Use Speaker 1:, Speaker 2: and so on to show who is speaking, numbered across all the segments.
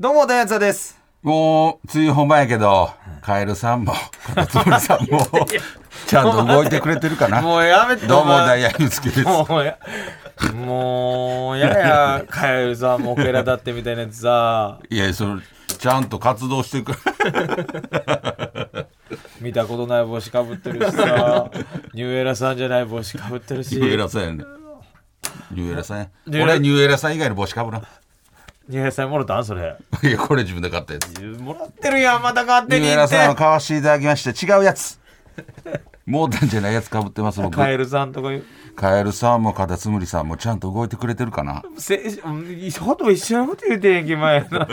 Speaker 1: どうも、ダイアンツァです。
Speaker 2: もう、梅雨本番やけど、カエルさんも、カタツム リさんも、ちゃんと動いてくれてるかな。
Speaker 1: もうやめて。
Speaker 2: どうも、ダイ
Speaker 1: ヤ
Speaker 2: ヤユースケです。
Speaker 1: もうや、もう、やだや、カエルさんもオペラだってみたいなやつさ、
Speaker 2: いや、それ、ちゃんと活動してくれ。
Speaker 1: 見たことない帽子かぶってるし さ、ニューエラさんじゃない帽子かぶってるし、
Speaker 2: ニューエ
Speaker 1: ニュ
Speaker 2: ラさんやね。ニューエラさんや。
Speaker 1: ニューエラ
Speaker 2: 俺、ニューエラさん以外の帽子かぶらん。
Speaker 1: ーエラさんにもらったんそれ。
Speaker 2: いや、これ自分で買ったやつ。ニ
Speaker 1: もらってるやん、また勝手
Speaker 2: ュー
Speaker 1: に
Speaker 2: エ
Speaker 1: 言
Speaker 2: ラ
Speaker 1: って。
Speaker 2: さんを買わしていただきまして、違うやつ。もうたんじゃないやつかぶってます、僕。
Speaker 1: カエルさんとか、
Speaker 2: カエルさんもカタツムリさんもちゃんと動いてくれてるかな。
Speaker 1: せほとんど一緒のこと言うてんやんけ、前な。 なん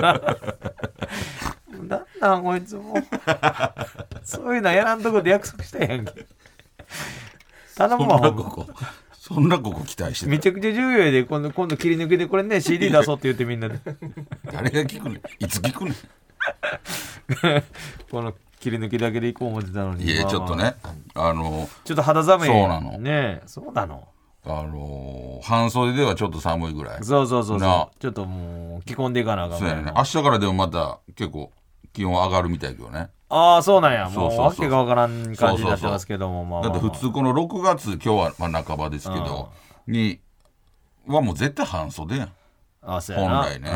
Speaker 1: なん、こいつ も。そういうのやらんとこで約束したやんけ。頼
Speaker 2: そん
Speaker 1: むわ、
Speaker 2: な
Speaker 1: ほんま
Speaker 2: ここ、そんなここ期待してた
Speaker 1: めちゃくちゃ重要やで今度今度切り抜けでこれ ね CD 出そうって言ってみんなで
Speaker 2: 誰が聞くねんいつ聞くねん
Speaker 1: この切り抜けだけでいこう思ってたのに
Speaker 2: いや、
Speaker 1: まあ
Speaker 2: ち
Speaker 1: まあ
Speaker 2: ょっとね、あの、
Speaker 1: ちょっと肌寒い
Speaker 2: そうなの
Speaker 1: ねえそうなの
Speaker 2: あの、半袖ではちょっと寒いぐらい。
Speaker 1: そうそうそう
Speaker 2: なあ
Speaker 1: そうちょっともう着込んでいかなあかん
Speaker 2: そう
Speaker 1: か
Speaker 2: や
Speaker 1: ら
Speaker 2: ね。明日からでもまた結構気温上がるみたいけどね。
Speaker 1: ああそうなんやも
Speaker 2: そううそう
Speaker 1: わ
Speaker 2: そう
Speaker 1: けがわからん感じになってますけどもまあ
Speaker 2: だって普通この6月、今日はまあ半ばですけど、に、はもう絶対半袖やん。
Speaker 1: 通。
Speaker 2: 本来ね。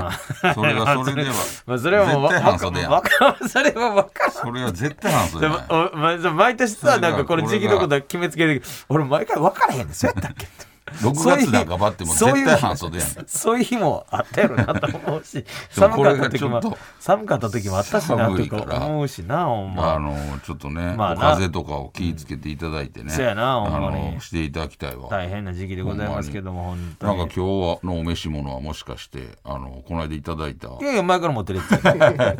Speaker 2: それがそれでは
Speaker 1: まあそれはもうわ
Speaker 2: 絶対半袖やん
Speaker 1: わかわそれはわか
Speaker 2: それは絶対半袖
Speaker 1: で
Speaker 2: や
Speaker 1: も
Speaker 2: ん。
Speaker 1: おまじゃあ毎年さ
Speaker 2: それが
Speaker 1: なんかこの時期のことは決めつ けるけど俺毎回分からへんねんそうやったっけ
Speaker 2: 6月半ばってもう
Speaker 1: そうい
Speaker 2: 絶
Speaker 1: う
Speaker 2: 対半袖やん。
Speaker 1: そういう日もあったやろなと思うし、
Speaker 2: でも
Speaker 1: 寒
Speaker 2: こ
Speaker 1: か
Speaker 2: れ
Speaker 1: った
Speaker 2: が
Speaker 1: 時
Speaker 2: ちょ
Speaker 1: も
Speaker 2: っと、
Speaker 1: 寒かった時もあったしな
Speaker 2: 寒
Speaker 1: と
Speaker 2: いから
Speaker 1: か思うしな、お
Speaker 2: あ
Speaker 1: 前。
Speaker 2: のちょっとね、
Speaker 1: まあな
Speaker 2: お風邪とかを気ぃつけていただいてね、
Speaker 1: そうやなほん
Speaker 2: あ
Speaker 1: まに
Speaker 2: のしていただきたいわ。
Speaker 1: 大変な時期でございますけども、本当
Speaker 2: なん
Speaker 1: に。
Speaker 2: か今日はのお召し物はもしかしてあのこの間いただいたい
Speaker 1: いやいや、前から持ってる やつや。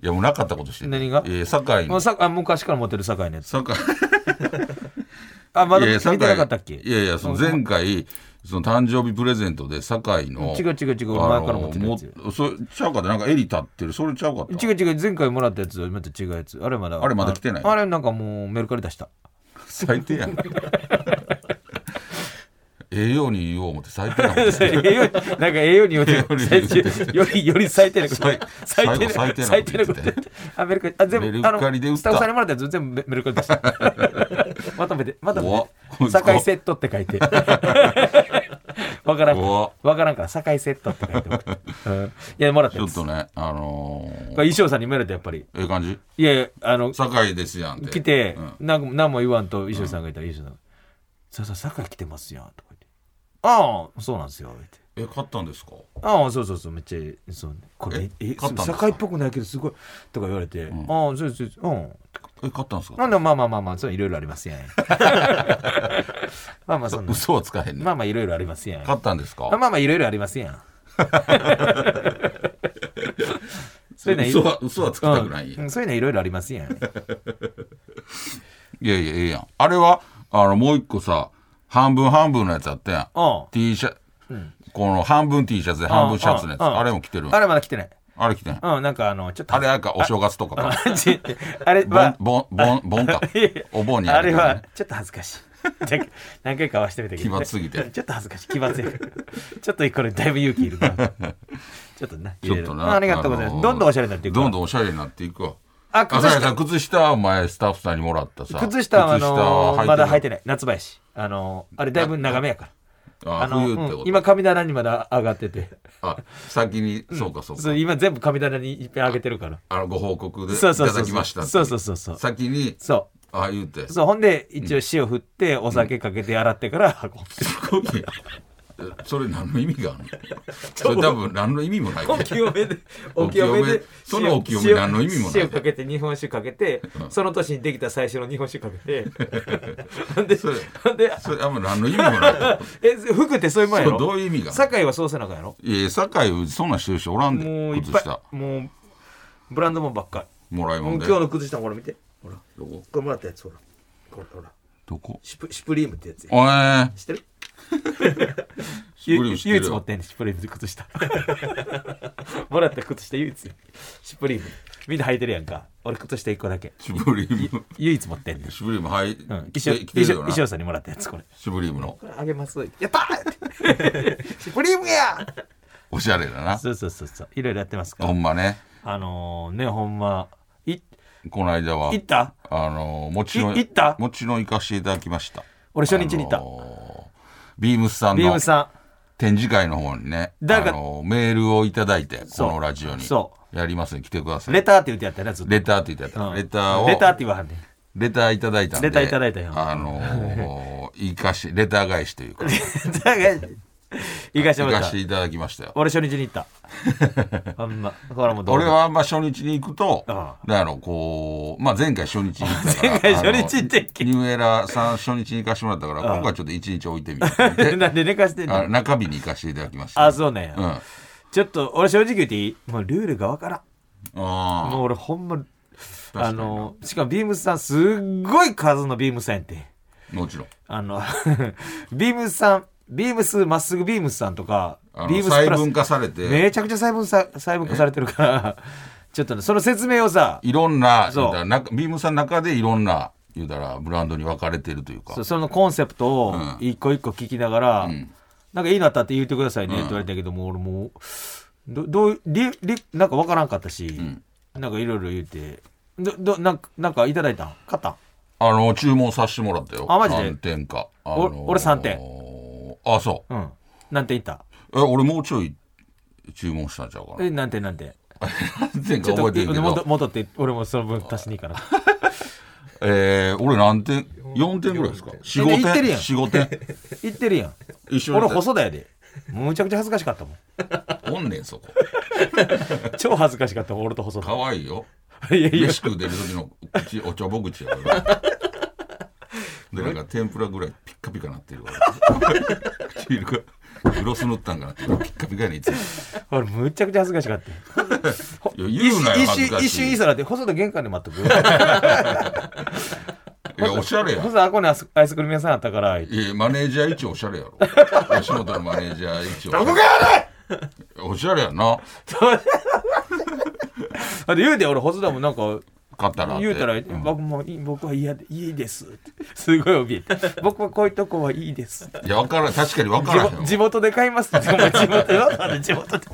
Speaker 2: やもうなかったことして
Speaker 1: 何が
Speaker 2: えー、堺
Speaker 1: もう
Speaker 2: の
Speaker 1: さあ昔から持ってる酒井のやつ。
Speaker 2: 堺
Speaker 1: あ、まだ
Speaker 2: いやいや
Speaker 1: 見てなかったっけ
Speaker 2: いやいやその前回その誕生日プレゼントで堺の
Speaker 1: 違う違う違う、
Speaker 2: あの
Speaker 1: 前から持ってるやつや。
Speaker 2: もそれちゃうかったなんか襟立ってるそれちゃうかった
Speaker 1: 違う違う、前回もらったやつ、また違うやつ。あれまだ。
Speaker 2: あれまだ来てない
Speaker 1: あれなんかもうメルカリ出した。
Speaker 2: 最低やん ええように言おう思って最低 やもん
Speaker 1: 栄養なんか栄養によってよりより最低なこと
Speaker 2: 最
Speaker 1: 最低な
Speaker 2: 最
Speaker 1: 最
Speaker 2: 低
Speaker 1: 低
Speaker 2: な
Speaker 1: な
Speaker 2: こと
Speaker 1: こと
Speaker 2: 言ってたよ
Speaker 1: あメルカリあ全部
Speaker 2: メルカリで売った
Speaker 1: あのスタッフさんにもらったやつ全部メルカリでしたまとめてまとめ
Speaker 2: 怖って
Speaker 1: 堺セットって書いてわからん
Speaker 2: 怖っ
Speaker 1: わからんから堺セットって書いて送ったうんいやもらった
Speaker 2: ち
Speaker 1: や
Speaker 2: ょ
Speaker 1: つ
Speaker 2: っとねあのー
Speaker 1: これ衣装さんにもられたやっぱり
Speaker 2: ええ感じ
Speaker 1: いやいやあの
Speaker 2: 堺ですやんって
Speaker 1: 来て
Speaker 2: うん
Speaker 1: なんか何も言わんと衣装さんがいたら衣装さんが「さあさあ堺来てますやん」とか言って「ああそうなんですよ」って。
Speaker 2: え買ったんですか
Speaker 1: ああそうそうそうめっちゃいいそうねこれ
Speaker 2: え
Speaker 1: ええ
Speaker 2: 買ったんですか
Speaker 1: 堺っぽくないけどすごいとか言われて、ああそうそうそううん
Speaker 2: え買ったんですか
Speaker 1: なんでまあまあまあまあそういろいろありますやん まあまあそんな
Speaker 2: 嘘はつかへんね
Speaker 1: まあまあいろいろありますやん
Speaker 2: 買ったんですか
Speaker 1: まあまあまあいろいろありますや んそういうのい
Speaker 2: 嘘は嘘はつきたくない、
Speaker 1: う
Speaker 2: い
Speaker 1: ん、そういうのいろいろあります やん
Speaker 2: やいやええやんあれはあのもう一個さ半分半分のやつあったやん
Speaker 1: うん
Speaker 2: T シャツ、この半分 T シャツで半分シャツのやつ
Speaker 1: うんうん
Speaker 2: あれも着てる
Speaker 1: あ
Speaker 2: あれ
Speaker 1: れまだ来てない
Speaker 2: 着てん
Speaker 1: うんなんかあのちょっと
Speaker 2: あれなんかお正月とかか
Speaker 1: あち あれ
Speaker 2: ボン
Speaker 1: は
Speaker 2: ボンボンボンか
Speaker 1: いやいや
Speaker 2: お盆に
Speaker 1: あ
Speaker 2: る
Speaker 1: れ
Speaker 2: けどね
Speaker 1: はちょっと恥ずか しいなんか何回かはしてみたけど
Speaker 2: 奇抜すぎて
Speaker 1: ちょっと恥ずかしい奇抜やからちょっとこれだいぶ勇気い るなちょっとな
Speaker 2: ちょっと
Speaker 1: いろい
Speaker 2: な
Speaker 1: ろありがとうございます、どんどんおしゃれになっていく
Speaker 2: どん
Speaker 1: ど
Speaker 2: どんおしゃれになっていくわ
Speaker 1: あ靴下
Speaker 2: 朝日さん靴下はお前スタッフさんにもらったさ
Speaker 1: 靴下はあの
Speaker 2: 靴下
Speaker 1: まだ履いて
Speaker 2: な
Speaker 1: な
Speaker 2: い
Speaker 1: い夏場やしあのあれだいぶ長めやから
Speaker 2: あ
Speaker 1: の
Speaker 2: 冬ってこと、
Speaker 1: うん今神棚にまだ上がってて
Speaker 2: あ先にそうかそうか、
Speaker 1: そう今全部神棚にいっぺん上げてるから
Speaker 2: あのご報告でい
Speaker 1: そ
Speaker 2: た
Speaker 1: うそう
Speaker 2: だ
Speaker 1: そう
Speaker 2: きましたって
Speaker 1: そうそうそうそう
Speaker 2: 先に
Speaker 1: そ
Speaker 2: ああ言うて
Speaker 1: うそうほんで一応塩振ってお酒かけて洗ってから運ぶ、
Speaker 2: すごいねそれ何の意味があ るのそれ多分何の意味もない
Speaker 1: お清めで、
Speaker 2: お
Speaker 1: お清め
Speaker 2: 清
Speaker 1: で
Speaker 2: め、そのお清め
Speaker 1: 塩
Speaker 2: 何の意味もない
Speaker 1: 塩かけて、日本酒かけて、その年にできた最初の日本酒かけ て。なんで、
Speaker 2: それ
Speaker 1: なんで、
Speaker 2: それあんま何の意味もない
Speaker 1: え、服ってそういうもんや
Speaker 2: それ
Speaker 1: ろ
Speaker 2: どういう意味が
Speaker 1: 酒井はそうせなあかんやろ
Speaker 2: いや酒井そんなんしてる人おらんで
Speaker 1: もういっ
Speaker 2: 靴
Speaker 1: ぱ
Speaker 2: 下
Speaker 1: い、もう、ブランドもんばっか
Speaker 2: もらい
Speaker 1: り。
Speaker 2: も
Speaker 1: もうん今
Speaker 2: で
Speaker 1: 日の靴下もほら見て。ほら、
Speaker 2: どこ
Speaker 1: これもらったやつ、ほら。ほら、ほら。
Speaker 2: どこ
Speaker 1: シュプシュプリームってやつや。
Speaker 2: おえ
Speaker 1: 知って る
Speaker 2: シュプ
Speaker 1: 唯
Speaker 2: リーム知って
Speaker 1: 一
Speaker 2: るよ
Speaker 1: 持ってんねんシュプリームの靴下 もらった靴下唯一シュプリームみんな履いてるやんか俺靴下一個だけ
Speaker 2: シュプリ ーム
Speaker 1: 唯一持ってんねん、
Speaker 2: シュプリームは
Speaker 1: う
Speaker 2: い、
Speaker 1: ん、衣
Speaker 2: 着
Speaker 1: 装
Speaker 2: て着てるよ
Speaker 1: 衣
Speaker 2: な
Speaker 1: 装さんにもらったやつこれ
Speaker 2: シュプリームの
Speaker 1: これあげますやったー シュプリームや
Speaker 2: おしゃれだな
Speaker 3: そうそうそうそういろいろやってますか
Speaker 2: ほ
Speaker 3: ら
Speaker 2: んまね
Speaker 3: あのーねほんまい
Speaker 2: この間は
Speaker 3: 行った
Speaker 2: あのもちろん
Speaker 3: い行った
Speaker 2: もちろん行かせていただきました
Speaker 1: 俺初日に行った、
Speaker 2: あのビームスさん
Speaker 1: ビー
Speaker 2: の
Speaker 1: ムさ
Speaker 2: 展示会の方にね
Speaker 1: だから
Speaker 2: あのメールをいただいてこ
Speaker 3: そう
Speaker 2: のラジオに
Speaker 3: そ
Speaker 2: やりますに来てくださ
Speaker 3: ん
Speaker 2: い
Speaker 3: レターって言ってやったよなずっと
Speaker 2: レターって言ってあった、
Speaker 3: うん
Speaker 2: レターを
Speaker 3: レターって言わはんねん
Speaker 2: レターいただいたんで
Speaker 3: レターいただいたよ
Speaker 2: あ のーいかしレター返しというか
Speaker 1: 行かして
Speaker 2: 行
Speaker 1: もらっ
Speaker 2: か
Speaker 1: た
Speaker 2: していただきましたよ
Speaker 1: 俺初日に行った あんまほらもうどう
Speaker 2: 俺はあんま初日に行くと、
Speaker 1: あ
Speaker 2: だからこう、まあ、前回初日に行ったから。
Speaker 1: 前回初日行ってっけ
Speaker 2: あのニューエラーさん初日に行かしてもらったから、今回ちょっと一日置いてみようと思 って。
Speaker 1: なんで寝かしてん
Speaker 2: あ
Speaker 1: の
Speaker 2: 中日に行かせていただきました。
Speaker 1: あそうなんや、
Speaker 2: うん。あ
Speaker 1: ちょっと俺正直言っていいもうルールがわからんもう
Speaker 2: あ
Speaker 1: 俺ほんま、
Speaker 2: 確か
Speaker 1: あ
Speaker 2: にな
Speaker 1: の、しかもビームスさん、すっごい数のビームスさんやって。
Speaker 2: ー、もちろん。
Speaker 1: あの、 ビームスさん、ビームス、まっすぐビームスさんとか
Speaker 2: あ、
Speaker 1: ビーム
Speaker 2: の
Speaker 1: ス
Speaker 2: 細
Speaker 1: プラ
Speaker 2: 分
Speaker 1: ス、
Speaker 2: 化されて、
Speaker 1: めちゃくちゃ細分さ細分化されてるから、ちょっとね、その説明をさ、
Speaker 2: いろんな、
Speaker 1: そう
Speaker 2: 言うたらなビームさんの中でいろんな、言うたら、ブランドに分かれてるというか
Speaker 1: そ。そのコンセプトを
Speaker 2: うん
Speaker 1: 一個一個聞きながら、
Speaker 2: ん
Speaker 1: なんかいいのあったって言ってくださいねって言われたけど、もう俺もう、どどういうりりなんかわからんかったし、なんかいろいろ言って、どどなんかなんかいただいたん買ったん
Speaker 2: あの、注文させてもらったよ。
Speaker 1: あマジで
Speaker 2: 何点か。あ
Speaker 1: お俺三点。
Speaker 2: あ、そう。
Speaker 1: うん。なんて言った
Speaker 2: え、俺もうちょい注文したんちゃうかな
Speaker 1: え、。なんてなんて。
Speaker 2: 何点
Speaker 1: ち
Speaker 2: か
Speaker 1: ょっと
Speaker 2: 覚えてるけ
Speaker 1: 戻
Speaker 2: ど、
Speaker 1: 戻って、俺もその分足しにいいかな。
Speaker 2: えー、俺何点 ?4 点ぐらいですか ?4、
Speaker 1: いやいや言ってるやん
Speaker 2: 5点。4、5点。
Speaker 1: 言ってるやん。
Speaker 2: 一緒に
Speaker 1: 俺細田やで。むちゃくちゃ恥ずかしかったもん。
Speaker 2: おんねん、そこ。
Speaker 1: 超恥ずかしかったもん、俺と細
Speaker 2: か
Speaker 1: 田。
Speaker 2: わいいよ。
Speaker 1: いやいや
Speaker 2: 飯、食う出る時の口、おちょぼ口やから。 で、なんか天ぷらぐらいピッカピカなってるわ。唇が、グロス塗ったんかなって、ピッカピカにいつも。
Speaker 1: 俺むちゃくちゃ恥ずかしかったよ。
Speaker 2: いや言うなよ
Speaker 1: 一
Speaker 2: 恥ず
Speaker 1: 瞬、
Speaker 2: かしい
Speaker 1: 一瞬いいさなって、細田玄関で待っとく。細
Speaker 2: いや、おしゃれやん。
Speaker 1: 田、あこにアスアイスクリーム屋さんあったから、言って
Speaker 2: いやマネージャー一応おしゃれやろ。吉本のマネージャー一応。どこかおしゃれやな。
Speaker 1: あで言うて、俺細田もなんか、
Speaker 2: 買ったらって。
Speaker 1: 言うたら、僕もいい僕はいやでいいですってすごい怯え て僕はこういうとこはいいです
Speaker 2: いや、わからん。確かにわか
Speaker 1: 地
Speaker 2: らへん
Speaker 1: 元
Speaker 2: わ。
Speaker 1: 地元で買いますってお前地元よなんで地元で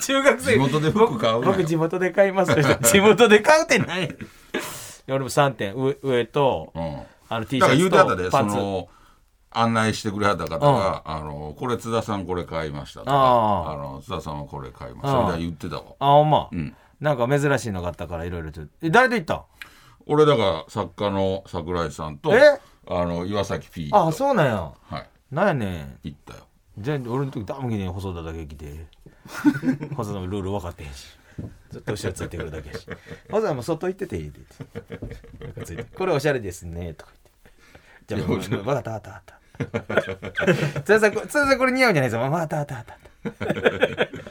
Speaker 1: 中学生
Speaker 2: 地元で服買うなよ
Speaker 1: 僕地元で買いますって地元で買うってないで俺も3点上上と、
Speaker 2: うん。
Speaker 1: あの T シ
Speaker 2: だから言
Speaker 1: ャ
Speaker 2: うてはっ
Speaker 1: ツ
Speaker 2: たで
Speaker 1: と
Speaker 2: そ
Speaker 1: パンツ
Speaker 2: の案内してくれはった方が「あのこれ津田さんこれ買いました」とか
Speaker 1: あ
Speaker 2: あ
Speaker 1: あ
Speaker 2: の「津田さんはこれ買いました」
Speaker 1: ああ
Speaker 2: それで言ってたわ
Speaker 1: あほんま、
Speaker 2: ん
Speaker 1: なんか珍しいのがあったからいろいろとえ誰と行った
Speaker 2: 俺だから作家の桜井さんと
Speaker 1: え
Speaker 2: あの岩崎 P と
Speaker 1: あそうなんや
Speaker 2: はい
Speaker 1: なんやねん
Speaker 2: 行ったよ
Speaker 1: じゃあ俺の時ダムギに細田だけ来 て細田もルール分かってへんしずっと後ろついてくるだけやし細田も外行ってていいでってなんかついてこれおしゃれですねとか言ってじゃあ僕分かった分かった分かった津田さんこ津田さんこれ似合うんじゃないですか分かった分かった分かった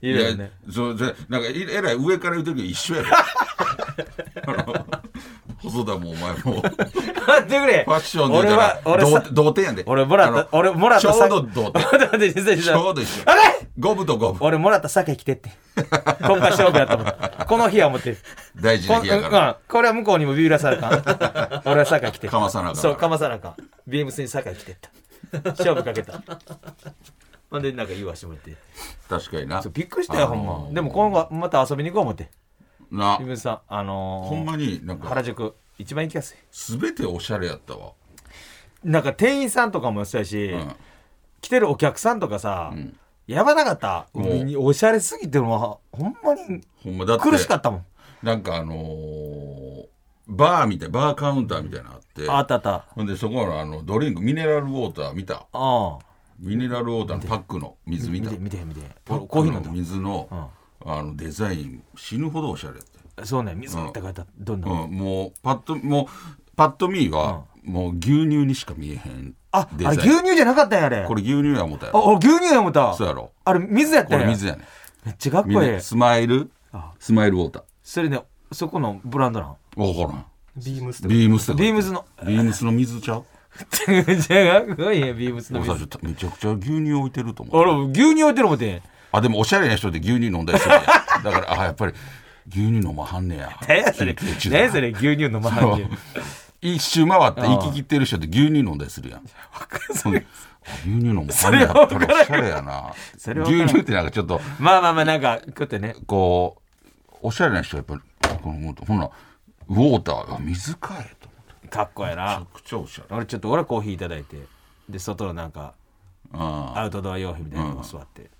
Speaker 1: い
Speaker 2: い
Speaker 1: いよね
Speaker 2: そうそうなんかいえらい上から言うてるけど一緒や ろあの細田もお 前もフ
Speaker 1: 待ってくれ
Speaker 2: ァッションで
Speaker 1: 俺
Speaker 2: 言う
Speaker 1: は
Speaker 2: たら
Speaker 1: 俺
Speaker 2: 同
Speaker 1: さ
Speaker 2: 同点やで
Speaker 1: 俺もらった
Speaker 2: あの
Speaker 1: 俺もらった
Speaker 2: ちょうど
Speaker 1: さ
Speaker 2: 同
Speaker 1: 待っ
Speaker 2: 点
Speaker 1: て待って先生
Speaker 2: ちょうど一緒
Speaker 1: あれ
Speaker 2: 五分と五分
Speaker 1: 俺もらった酒来てって今回勝負やと思ったこの日は思って
Speaker 2: 大事
Speaker 1: こ
Speaker 2: なん日やから
Speaker 1: うんこれは向こうにもビビらさなあ かん俺は酒井来て
Speaker 2: かまさなあかん
Speaker 1: そうかまさなあかんビームスに酒井来てった 勝負かけたほんでなんか言わしてもらって
Speaker 2: 確かにな
Speaker 1: そうびっくりしたよ
Speaker 2: あ
Speaker 1: ほ
Speaker 2: のー
Speaker 1: んまでも今後また遊びに行こう思って
Speaker 2: な
Speaker 1: ビームスさんあのー
Speaker 2: ほんまになんか
Speaker 1: 原宿一番行きやすい
Speaker 2: 全ておしゃれやったわ、
Speaker 1: なんか店員さんとかもそうやし、
Speaker 2: うん、
Speaker 1: 来てるお客さんとかさ、やばなかった
Speaker 2: もう
Speaker 1: おしゃれすぎてのはほんまに
Speaker 2: ほんまだって
Speaker 1: 苦しかったもん
Speaker 2: なんかあのーバーみたいバーカウンターみたいなのあって
Speaker 1: あったあった
Speaker 2: ほんでそこのあのドリンクミネラルウォーター見た
Speaker 1: ああ
Speaker 2: ミネラルウォーターのパックの水見
Speaker 1: 見
Speaker 2: た
Speaker 1: て見て見て
Speaker 2: パ
Speaker 1: コ
Speaker 2: ッ
Speaker 1: ーヒー飲
Speaker 2: クの
Speaker 1: んだ
Speaker 2: 水の,、あのデザイン死ぬほどおしゃれだった、
Speaker 1: そうね水って書いたどんな
Speaker 2: う
Speaker 1: の、
Speaker 2: ん、もうパッともうパッと見は、もう牛乳にしか見えへん
Speaker 1: あ
Speaker 2: デ
Speaker 1: あ
Speaker 2: ザイ
Speaker 1: れ
Speaker 2: ン
Speaker 1: 牛乳じゃなかったんやあれ
Speaker 2: これ牛乳や思ったや
Speaker 1: あ
Speaker 2: ろ
Speaker 1: 俺牛乳や思った
Speaker 2: そうやろ
Speaker 1: あれ水やっ
Speaker 2: こ
Speaker 1: たん
Speaker 2: れ
Speaker 1: や
Speaker 2: 水やね
Speaker 1: めっちゃかっ
Speaker 2: み
Speaker 1: こ
Speaker 2: ん
Speaker 1: いい
Speaker 2: なスマイル
Speaker 1: あ
Speaker 2: スマイルウォータ
Speaker 1: それねそこのブランドなん
Speaker 2: ー分からん
Speaker 4: ビームスとか
Speaker 2: ビームスって
Speaker 1: ビームズの
Speaker 2: ビームスの水ちゃう
Speaker 1: めっちゃかっこいいやビームスの
Speaker 2: 俺
Speaker 1: 水
Speaker 2: 最初めちゃくちゃ牛乳置いてると思う
Speaker 1: 俺牛乳置いてる思て
Speaker 2: あでもおしゃれな人で牛乳飲んだりするやん だからあやっぱり牛乳飲まはんねや
Speaker 1: 何やそれ
Speaker 2: 緊急事態
Speaker 1: 何やそれ牛乳飲まはんねん
Speaker 2: 一周回って行き切ってる人って牛乳飲んだりするやんそんであ牛乳飲まはんねやったらおしゃれやな
Speaker 1: それは分からん
Speaker 2: 牛乳ってなんかちょっと
Speaker 1: まあまあまあなんかこうやってね
Speaker 2: こうおしゃれな人はやっぱりこのほんならウォーターあ水かえと
Speaker 1: かっこええ
Speaker 2: めちゃ
Speaker 1: な
Speaker 2: くちゃおしゃれ
Speaker 1: 俺ちょっと俺コーヒーいただいてで外のなんか
Speaker 2: ああ
Speaker 1: アウトドア用品みたいなの座って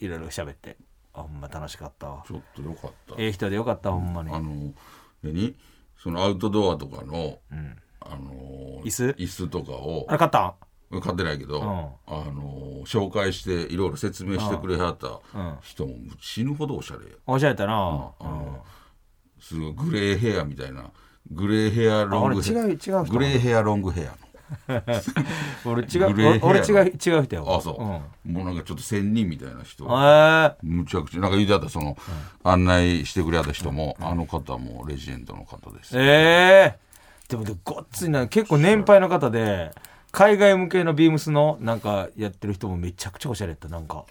Speaker 1: いろいろ喋ってあほんま楽しかったわ
Speaker 2: ちょっとよかった
Speaker 1: ええ人でよかったほんまに
Speaker 2: あの何そのアウトドアとかの、あの
Speaker 1: 椅子
Speaker 2: 椅子とかを
Speaker 1: あれ買ったん
Speaker 2: 買ってないけど、
Speaker 1: ん
Speaker 2: あの紹介していろいろ説明してくれはった
Speaker 1: うん
Speaker 2: 人も死ぬほどおしゃれや
Speaker 1: おしゃれだな
Speaker 2: あのすごいグレーヘアみたいなグレーヘアロングヘア
Speaker 1: あ俺違う違う人
Speaker 2: グレーヘアロングヘア
Speaker 1: 俺違
Speaker 2: グレーヘ
Speaker 1: う
Speaker 2: ア
Speaker 1: 俺違う違う人や
Speaker 2: の
Speaker 1: わ
Speaker 2: あそう、もうなんかちょっと仙人みたいな人
Speaker 1: え
Speaker 2: むちゃくちゃなんか言うてはったその、案内してくれはった人も、あの方もレジェンドの方です
Speaker 1: えええでもでごっついな結構年配の方で海外向けのビームスのなんかやってる人もめちゃくちゃおしゃれやったなんか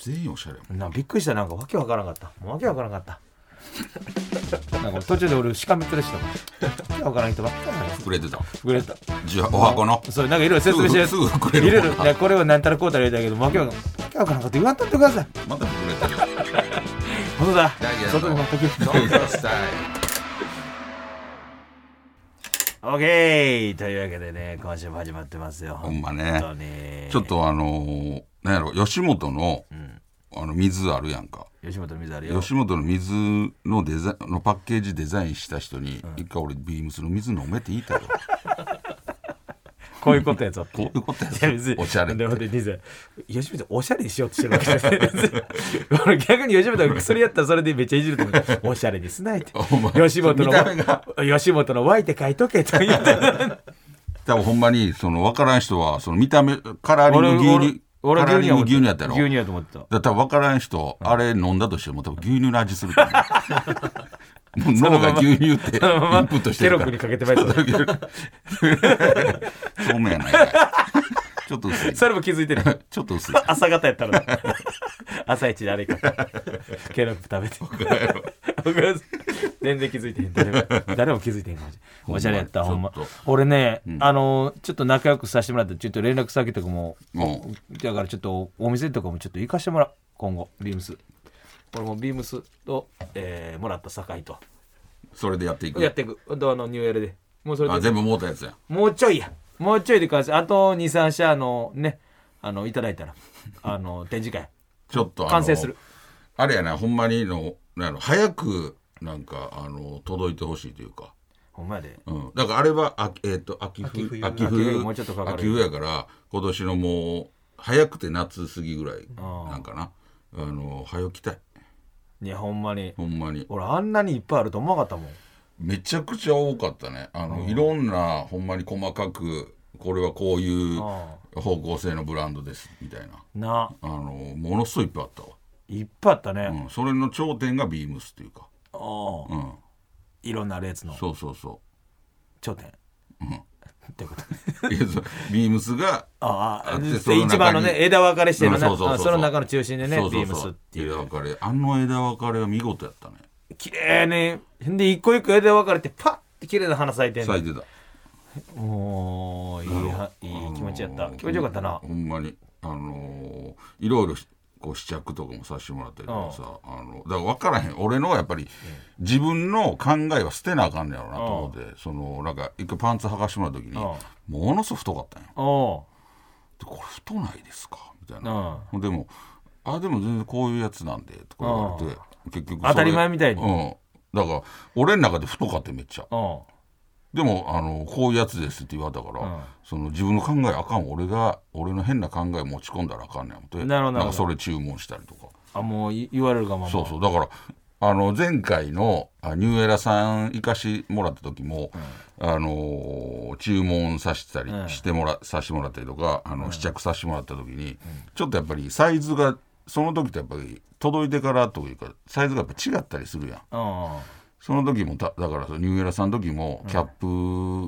Speaker 2: 全員おしゃれやもん
Speaker 1: なびっくりしたなんかわけわからんかったもうわけわからんかったなんか途中で俺しかめっとでしたわけわからん人ばっかりなんです
Speaker 2: くれてた
Speaker 1: くれた
Speaker 2: じゃあお箱の
Speaker 1: そうなんかいろいろ説明して
Speaker 2: すぐすぐくれる
Speaker 1: いろいろねこれはなんたらこうたら言うたけどわけわかんわけわからんこと言わんとってください
Speaker 2: また膨れてる。
Speaker 1: 本当だ
Speaker 2: 大嫌いだ
Speaker 1: 外に待っとくオッケーというわけでね今週も始まってますよ
Speaker 2: ほんま
Speaker 1: 本
Speaker 2: ね。
Speaker 1: 当に
Speaker 2: ちょっとあのー、なんやろ、吉本の、あの水あるやんか。
Speaker 1: 吉本水あるよ
Speaker 2: 吉本の水のデザインのパッケージデザインした人に、一回俺ビームスの水飲めって言いたよ。
Speaker 1: こういうことやぞって
Speaker 2: こういうことや
Speaker 1: いや別に
Speaker 2: おしゃれって
Speaker 1: でもね兄さん吉本おしゃれにしようとしてるわけじゃない別に 俺逆に吉本がそれやったらそれでめっちゃいじると思うおしゃれにすないって
Speaker 2: お前
Speaker 1: 吉本
Speaker 2: 見た目が
Speaker 1: の 吉本の Y って書いとけと言って
Speaker 2: 多分ほんまに、その分からん人は、その見た目、カラーリング牛乳、カラーリング牛乳やったやろ。
Speaker 1: 牛乳やと思ってた
Speaker 2: だから多分分からん人、あれ飲んだとしても多分牛乳の味すると思う もう脳が牛乳ってインプ
Speaker 1: そのまま
Speaker 2: ットしてるから
Speaker 1: テロップにかけてまいった
Speaker 2: そうそうめんやないかいちょっと薄い
Speaker 1: それも気づいてる
Speaker 2: ちょっと薄い
Speaker 1: 朝方やったら 朝一であれかケロップ食べて僕は全然気づいてへん誰も誰も気づいてへんかもしれんおしゃれやったほんま
Speaker 2: ちょっと
Speaker 1: 俺ね、あのちょっと仲良くさせてもらってちょっと連絡先とかも
Speaker 2: も
Speaker 1: だからちょっとお店とかもちょっと行かしてもらう今後ビームス俺もビームスと、えーもらった酒井と
Speaker 2: うそれでやっていく
Speaker 1: やっていくほんとあのニューエルでもうそれで
Speaker 2: あ全部もうたやつや
Speaker 1: もうちょいや。もうちょいで完成。あと2、3社のね、あの、いただいたら、あの、展示会。
Speaker 2: ちょっとあの
Speaker 1: 完成する。
Speaker 2: あれやなほんまにのなんやろ早くなんかあの届いてほしいというか
Speaker 1: ほんまやで。
Speaker 2: うん、だからあれはあ、えー、と秋冬秋冬秋
Speaker 1: 秋冬
Speaker 2: 冬
Speaker 1: もうちょっとかかる
Speaker 2: やから今年のもう早くて夏過ぎぐらいなんかなあの早起きたい
Speaker 1: いや、ほんまに。
Speaker 2: ほんまに
Speaker 1: 俺、あんなにいっぱいあると思わなかったもん。
Speaker 2: めちゃくちゃ多かったねあのいろんなほんまに細かくこれはこういう方向性のブランドですみたいな
Speaker 1: なあ
Speaker 2: あのものすごいいっぱいあったわ、
Speaker 1: いっぱいあったね。
Speaker 2: うん、それの頂点がビームスというか、
Speaker 1: おう
Speaker 2: うん、
Speaker 1: いろんなレーツの
Speaker 2: そうそうそ
Speaker 1: 頂点。ってこと。
Speaker 2: ういやそうビームスが
Speaker 1: ああ、
Speaker 2: あって
Speaker 1: で
Speaker 2: その中に
Speaker 1: 一番のね、枝分かれしてるな。
Speaker 2: うんそうそうそう
Speaker 1: あ
Speaker 2: そう
Speaker 1: その中の中心でね、
Speaker 2: そうそ
Speaker 1: ビ
Speaker 2: う
Speaker 1: ーム
Speaker 2: そ
Speaker 1: スっ
Speaker 2: う
Speaker 1: ていう。
Speaker 2: 枝分かれあの枝分かれは見事やったね
Speaker 1: 綺麗ね。で、一個一個枝分かれて、パッて綺麗な花咲いてんの
Speaker 2: 咲いてた
Speaker 1: もう、いいは、いい気持ちやった。気持ちよかったな
Speaker 2: ほ。んまにあのーいろいろしこう試着とかもさせてもらったりとかさあのだから分からへん俺のはやっぱり自分の考えは捨てなあかんねやろうなと思ってそのなんか一回パンツ履かしてもらった時にものすごく太かったんよ
Speaker 1: おう。
Speaker 2: でこれ太ないですかみたい
Speaker 1: うん
Speaker 2: なほんでも「あでも全然こういうやつなんで」とか言われて結局それ
Speaker 1: 当たり前みたいに
Speaker 2: うんだから俺の中で太かってめっちゃ
Speaker 1: うん。
Speaker 2: でもあのこういうやつですって言われたから、
Speaker 3: うん
Speaker 2: その自分の考えあかん俺が俺の変な考え持ち込んだらあかんねん思って
Speaker 3: なるほどなるほど
Speaker 2: んかそれ注文したりとか
Speaker 3: あもうい言われるがまま
Speaker 2: そうそうだからあの前回のあニューエラさん行かしもらった時も、あのー注文させてたり
Speaker 3: うん
Speaker 2: してもら、させてもらったりとかあの試着させてもらった時に、ちょっとやっぱりサイズがその時とやっぱり届いてからというかサイズがやっぱ違ったりするやん。
Speaker 3: うん
Speaker 2: その時もただからそのニューエラさんの時もキャッ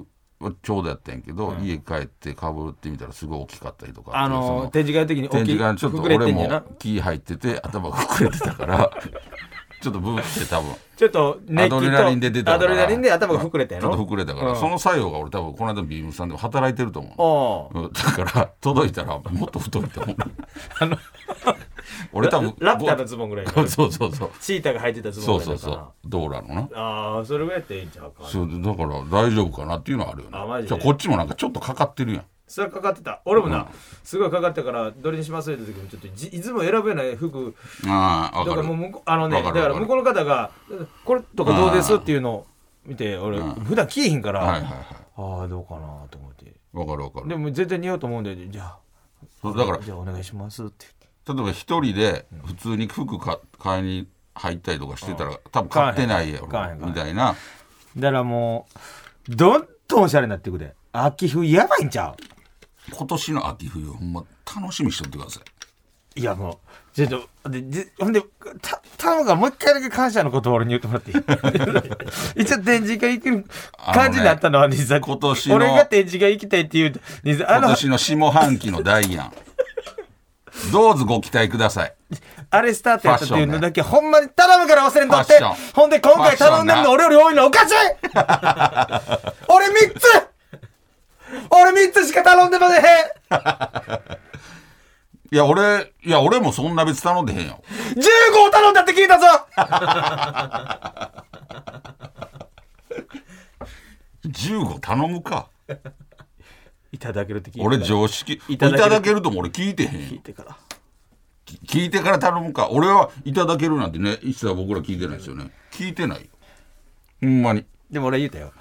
Speaker 2: プはちょうどやったんやけど、家帰ってかぶってみたらすごい大きかったりとか
Speaker 1: あ
Speaker 2: そ
Speaker 1: の
Speaker 2: の
Speaker 1: 展示会の時に大
Speaker 2: 展
Speaker 1: きい
Speaker 2: 示がちょっと
Speaker 1: 膨れて
Speaker 2: 俺
Speaker 1: んねや
Speaker 2: も
Speaker 1: な
Speaker 2: 木入ってて頭膨れてたから ちょっとブーって多分
Speaker 1: ちょっと熱気と
Speaker 2: アドレナリンで出たから
Speaker 1: アドレナリンで頭が膨れたや
Speaker 2: ちょ
Speaker 1: ろ
Speaker 2: っと膨れたから、
Speaker 1: うん
Speaker 2: その作用が俺多分この間のビームさんでも働いてると思
Speaker 1: お
Speaker 2: う、うんだから届いたらもっと太いと思う
Speaker 1: あの
Speaker 2: 俺多分
Speaker 1: ララプターのズボンぐらい
Speaker 2: そうそうそうそう
Speaker 1: シータが履いてたズ
Speaker 2: そ
Speaker 1: ボン
Speaker 2: う
Speaker 1: ぐ
Speaker 2: そ
Speaker 1: らいうだから
Speaker 2: そうドーラのな
Speaker 1: ああそれぐらいやったらいいんちゃうか
Speaker 2: そうだから大丈夫かなっていうのはあるよ
Speaker 1: あマ
Speaker 2: ね
Speaker 1: ジで
Speaker 2: じゃあこっちもなんかちょっとかかってるやん
Speaker 1: それかかってた俺もな、
Speaker 2: うん
Speaker 1: すごいかかったからどれにしますって言った時もちょっとじいつも選べない服
Speaker 2: ああ
Speaker 1: だか
Speaker 2: 分からる
Speaker 1: もう向こうあのね
Speaker 2: わ
Speaker 1: だ
Speaker 2: か
Speaker 1: か
Speaker 2: るわから
Speaker 1: 向
Speaker 2: る
Speaker 1: こうの方が「これとかどうです?」っていうのを見て俺
Speaker 2: うん
Speaker 1: 普段着いひんから、
Speaker 2: はいはいはい
Speaker 1: ああどうかなと思って
Speaker 2: 分かる分かる
Speaker 1: でも絶対似合うと思うんでじゃあ
Speaker 2: そうだから
Speaker 1: じゃあお願いしますって
Speaker 2: 例えば一人で普通に服か買いに入ったりとかしてたら多分買ってないやろ
Speaker 1: 買わへん買わへん
Speaker 2: みたいな
Speaker 1: だからもうどんどんおしゃれになってくれ秋冬やばいんちゃう
Speaker 2: 今年の秋冬ほんま楽しみにしとってください
Speaker 1: いやもうちょっとででほんでた頼むからもう一回だけ感謝の言葉を俺に言ってもら っていい一応展示会行ける感じになったのは西さん、
Speaker 2: 今年の
Speaker 1: 俺が展示会行きたいって言うと西さんあ
Speaker 2: 今
Speaker 1: の
Speaker 2: 年の下半期のダイア ンどうぞご期待ください
Speaker 1: あれスタートやったっていうのだけほんまに頼むから忘れんとって
Speaker 2: ファッション
Speaker 1: ほんで今回頼んでんの俺より多いのおかしい俺3つ俺3つしか頼んでません
Speaker 2: いや俺いや俺もそんな別に頼んでへんよ
Speaker 1: 15を頼んだって聞いたぞ
Speaker 2: 15頼むか
Speaker 1: いただけるって聞いて
Speaker 2: 俺常識い
Speaker 1: いた
Speaker 2: た
Speaker 1: だける
Speaker 2: だけるとも俺聞いてへん
Speaker 1: 聞い
Speaker 2: よ
Speaker 1: てから
Speaker 2: き聞いてから頼むか俺はいただけるなんてね一切僕ら聞いてないですよね聞いてないよほんまに
Speaker 1: でも俺言うたよ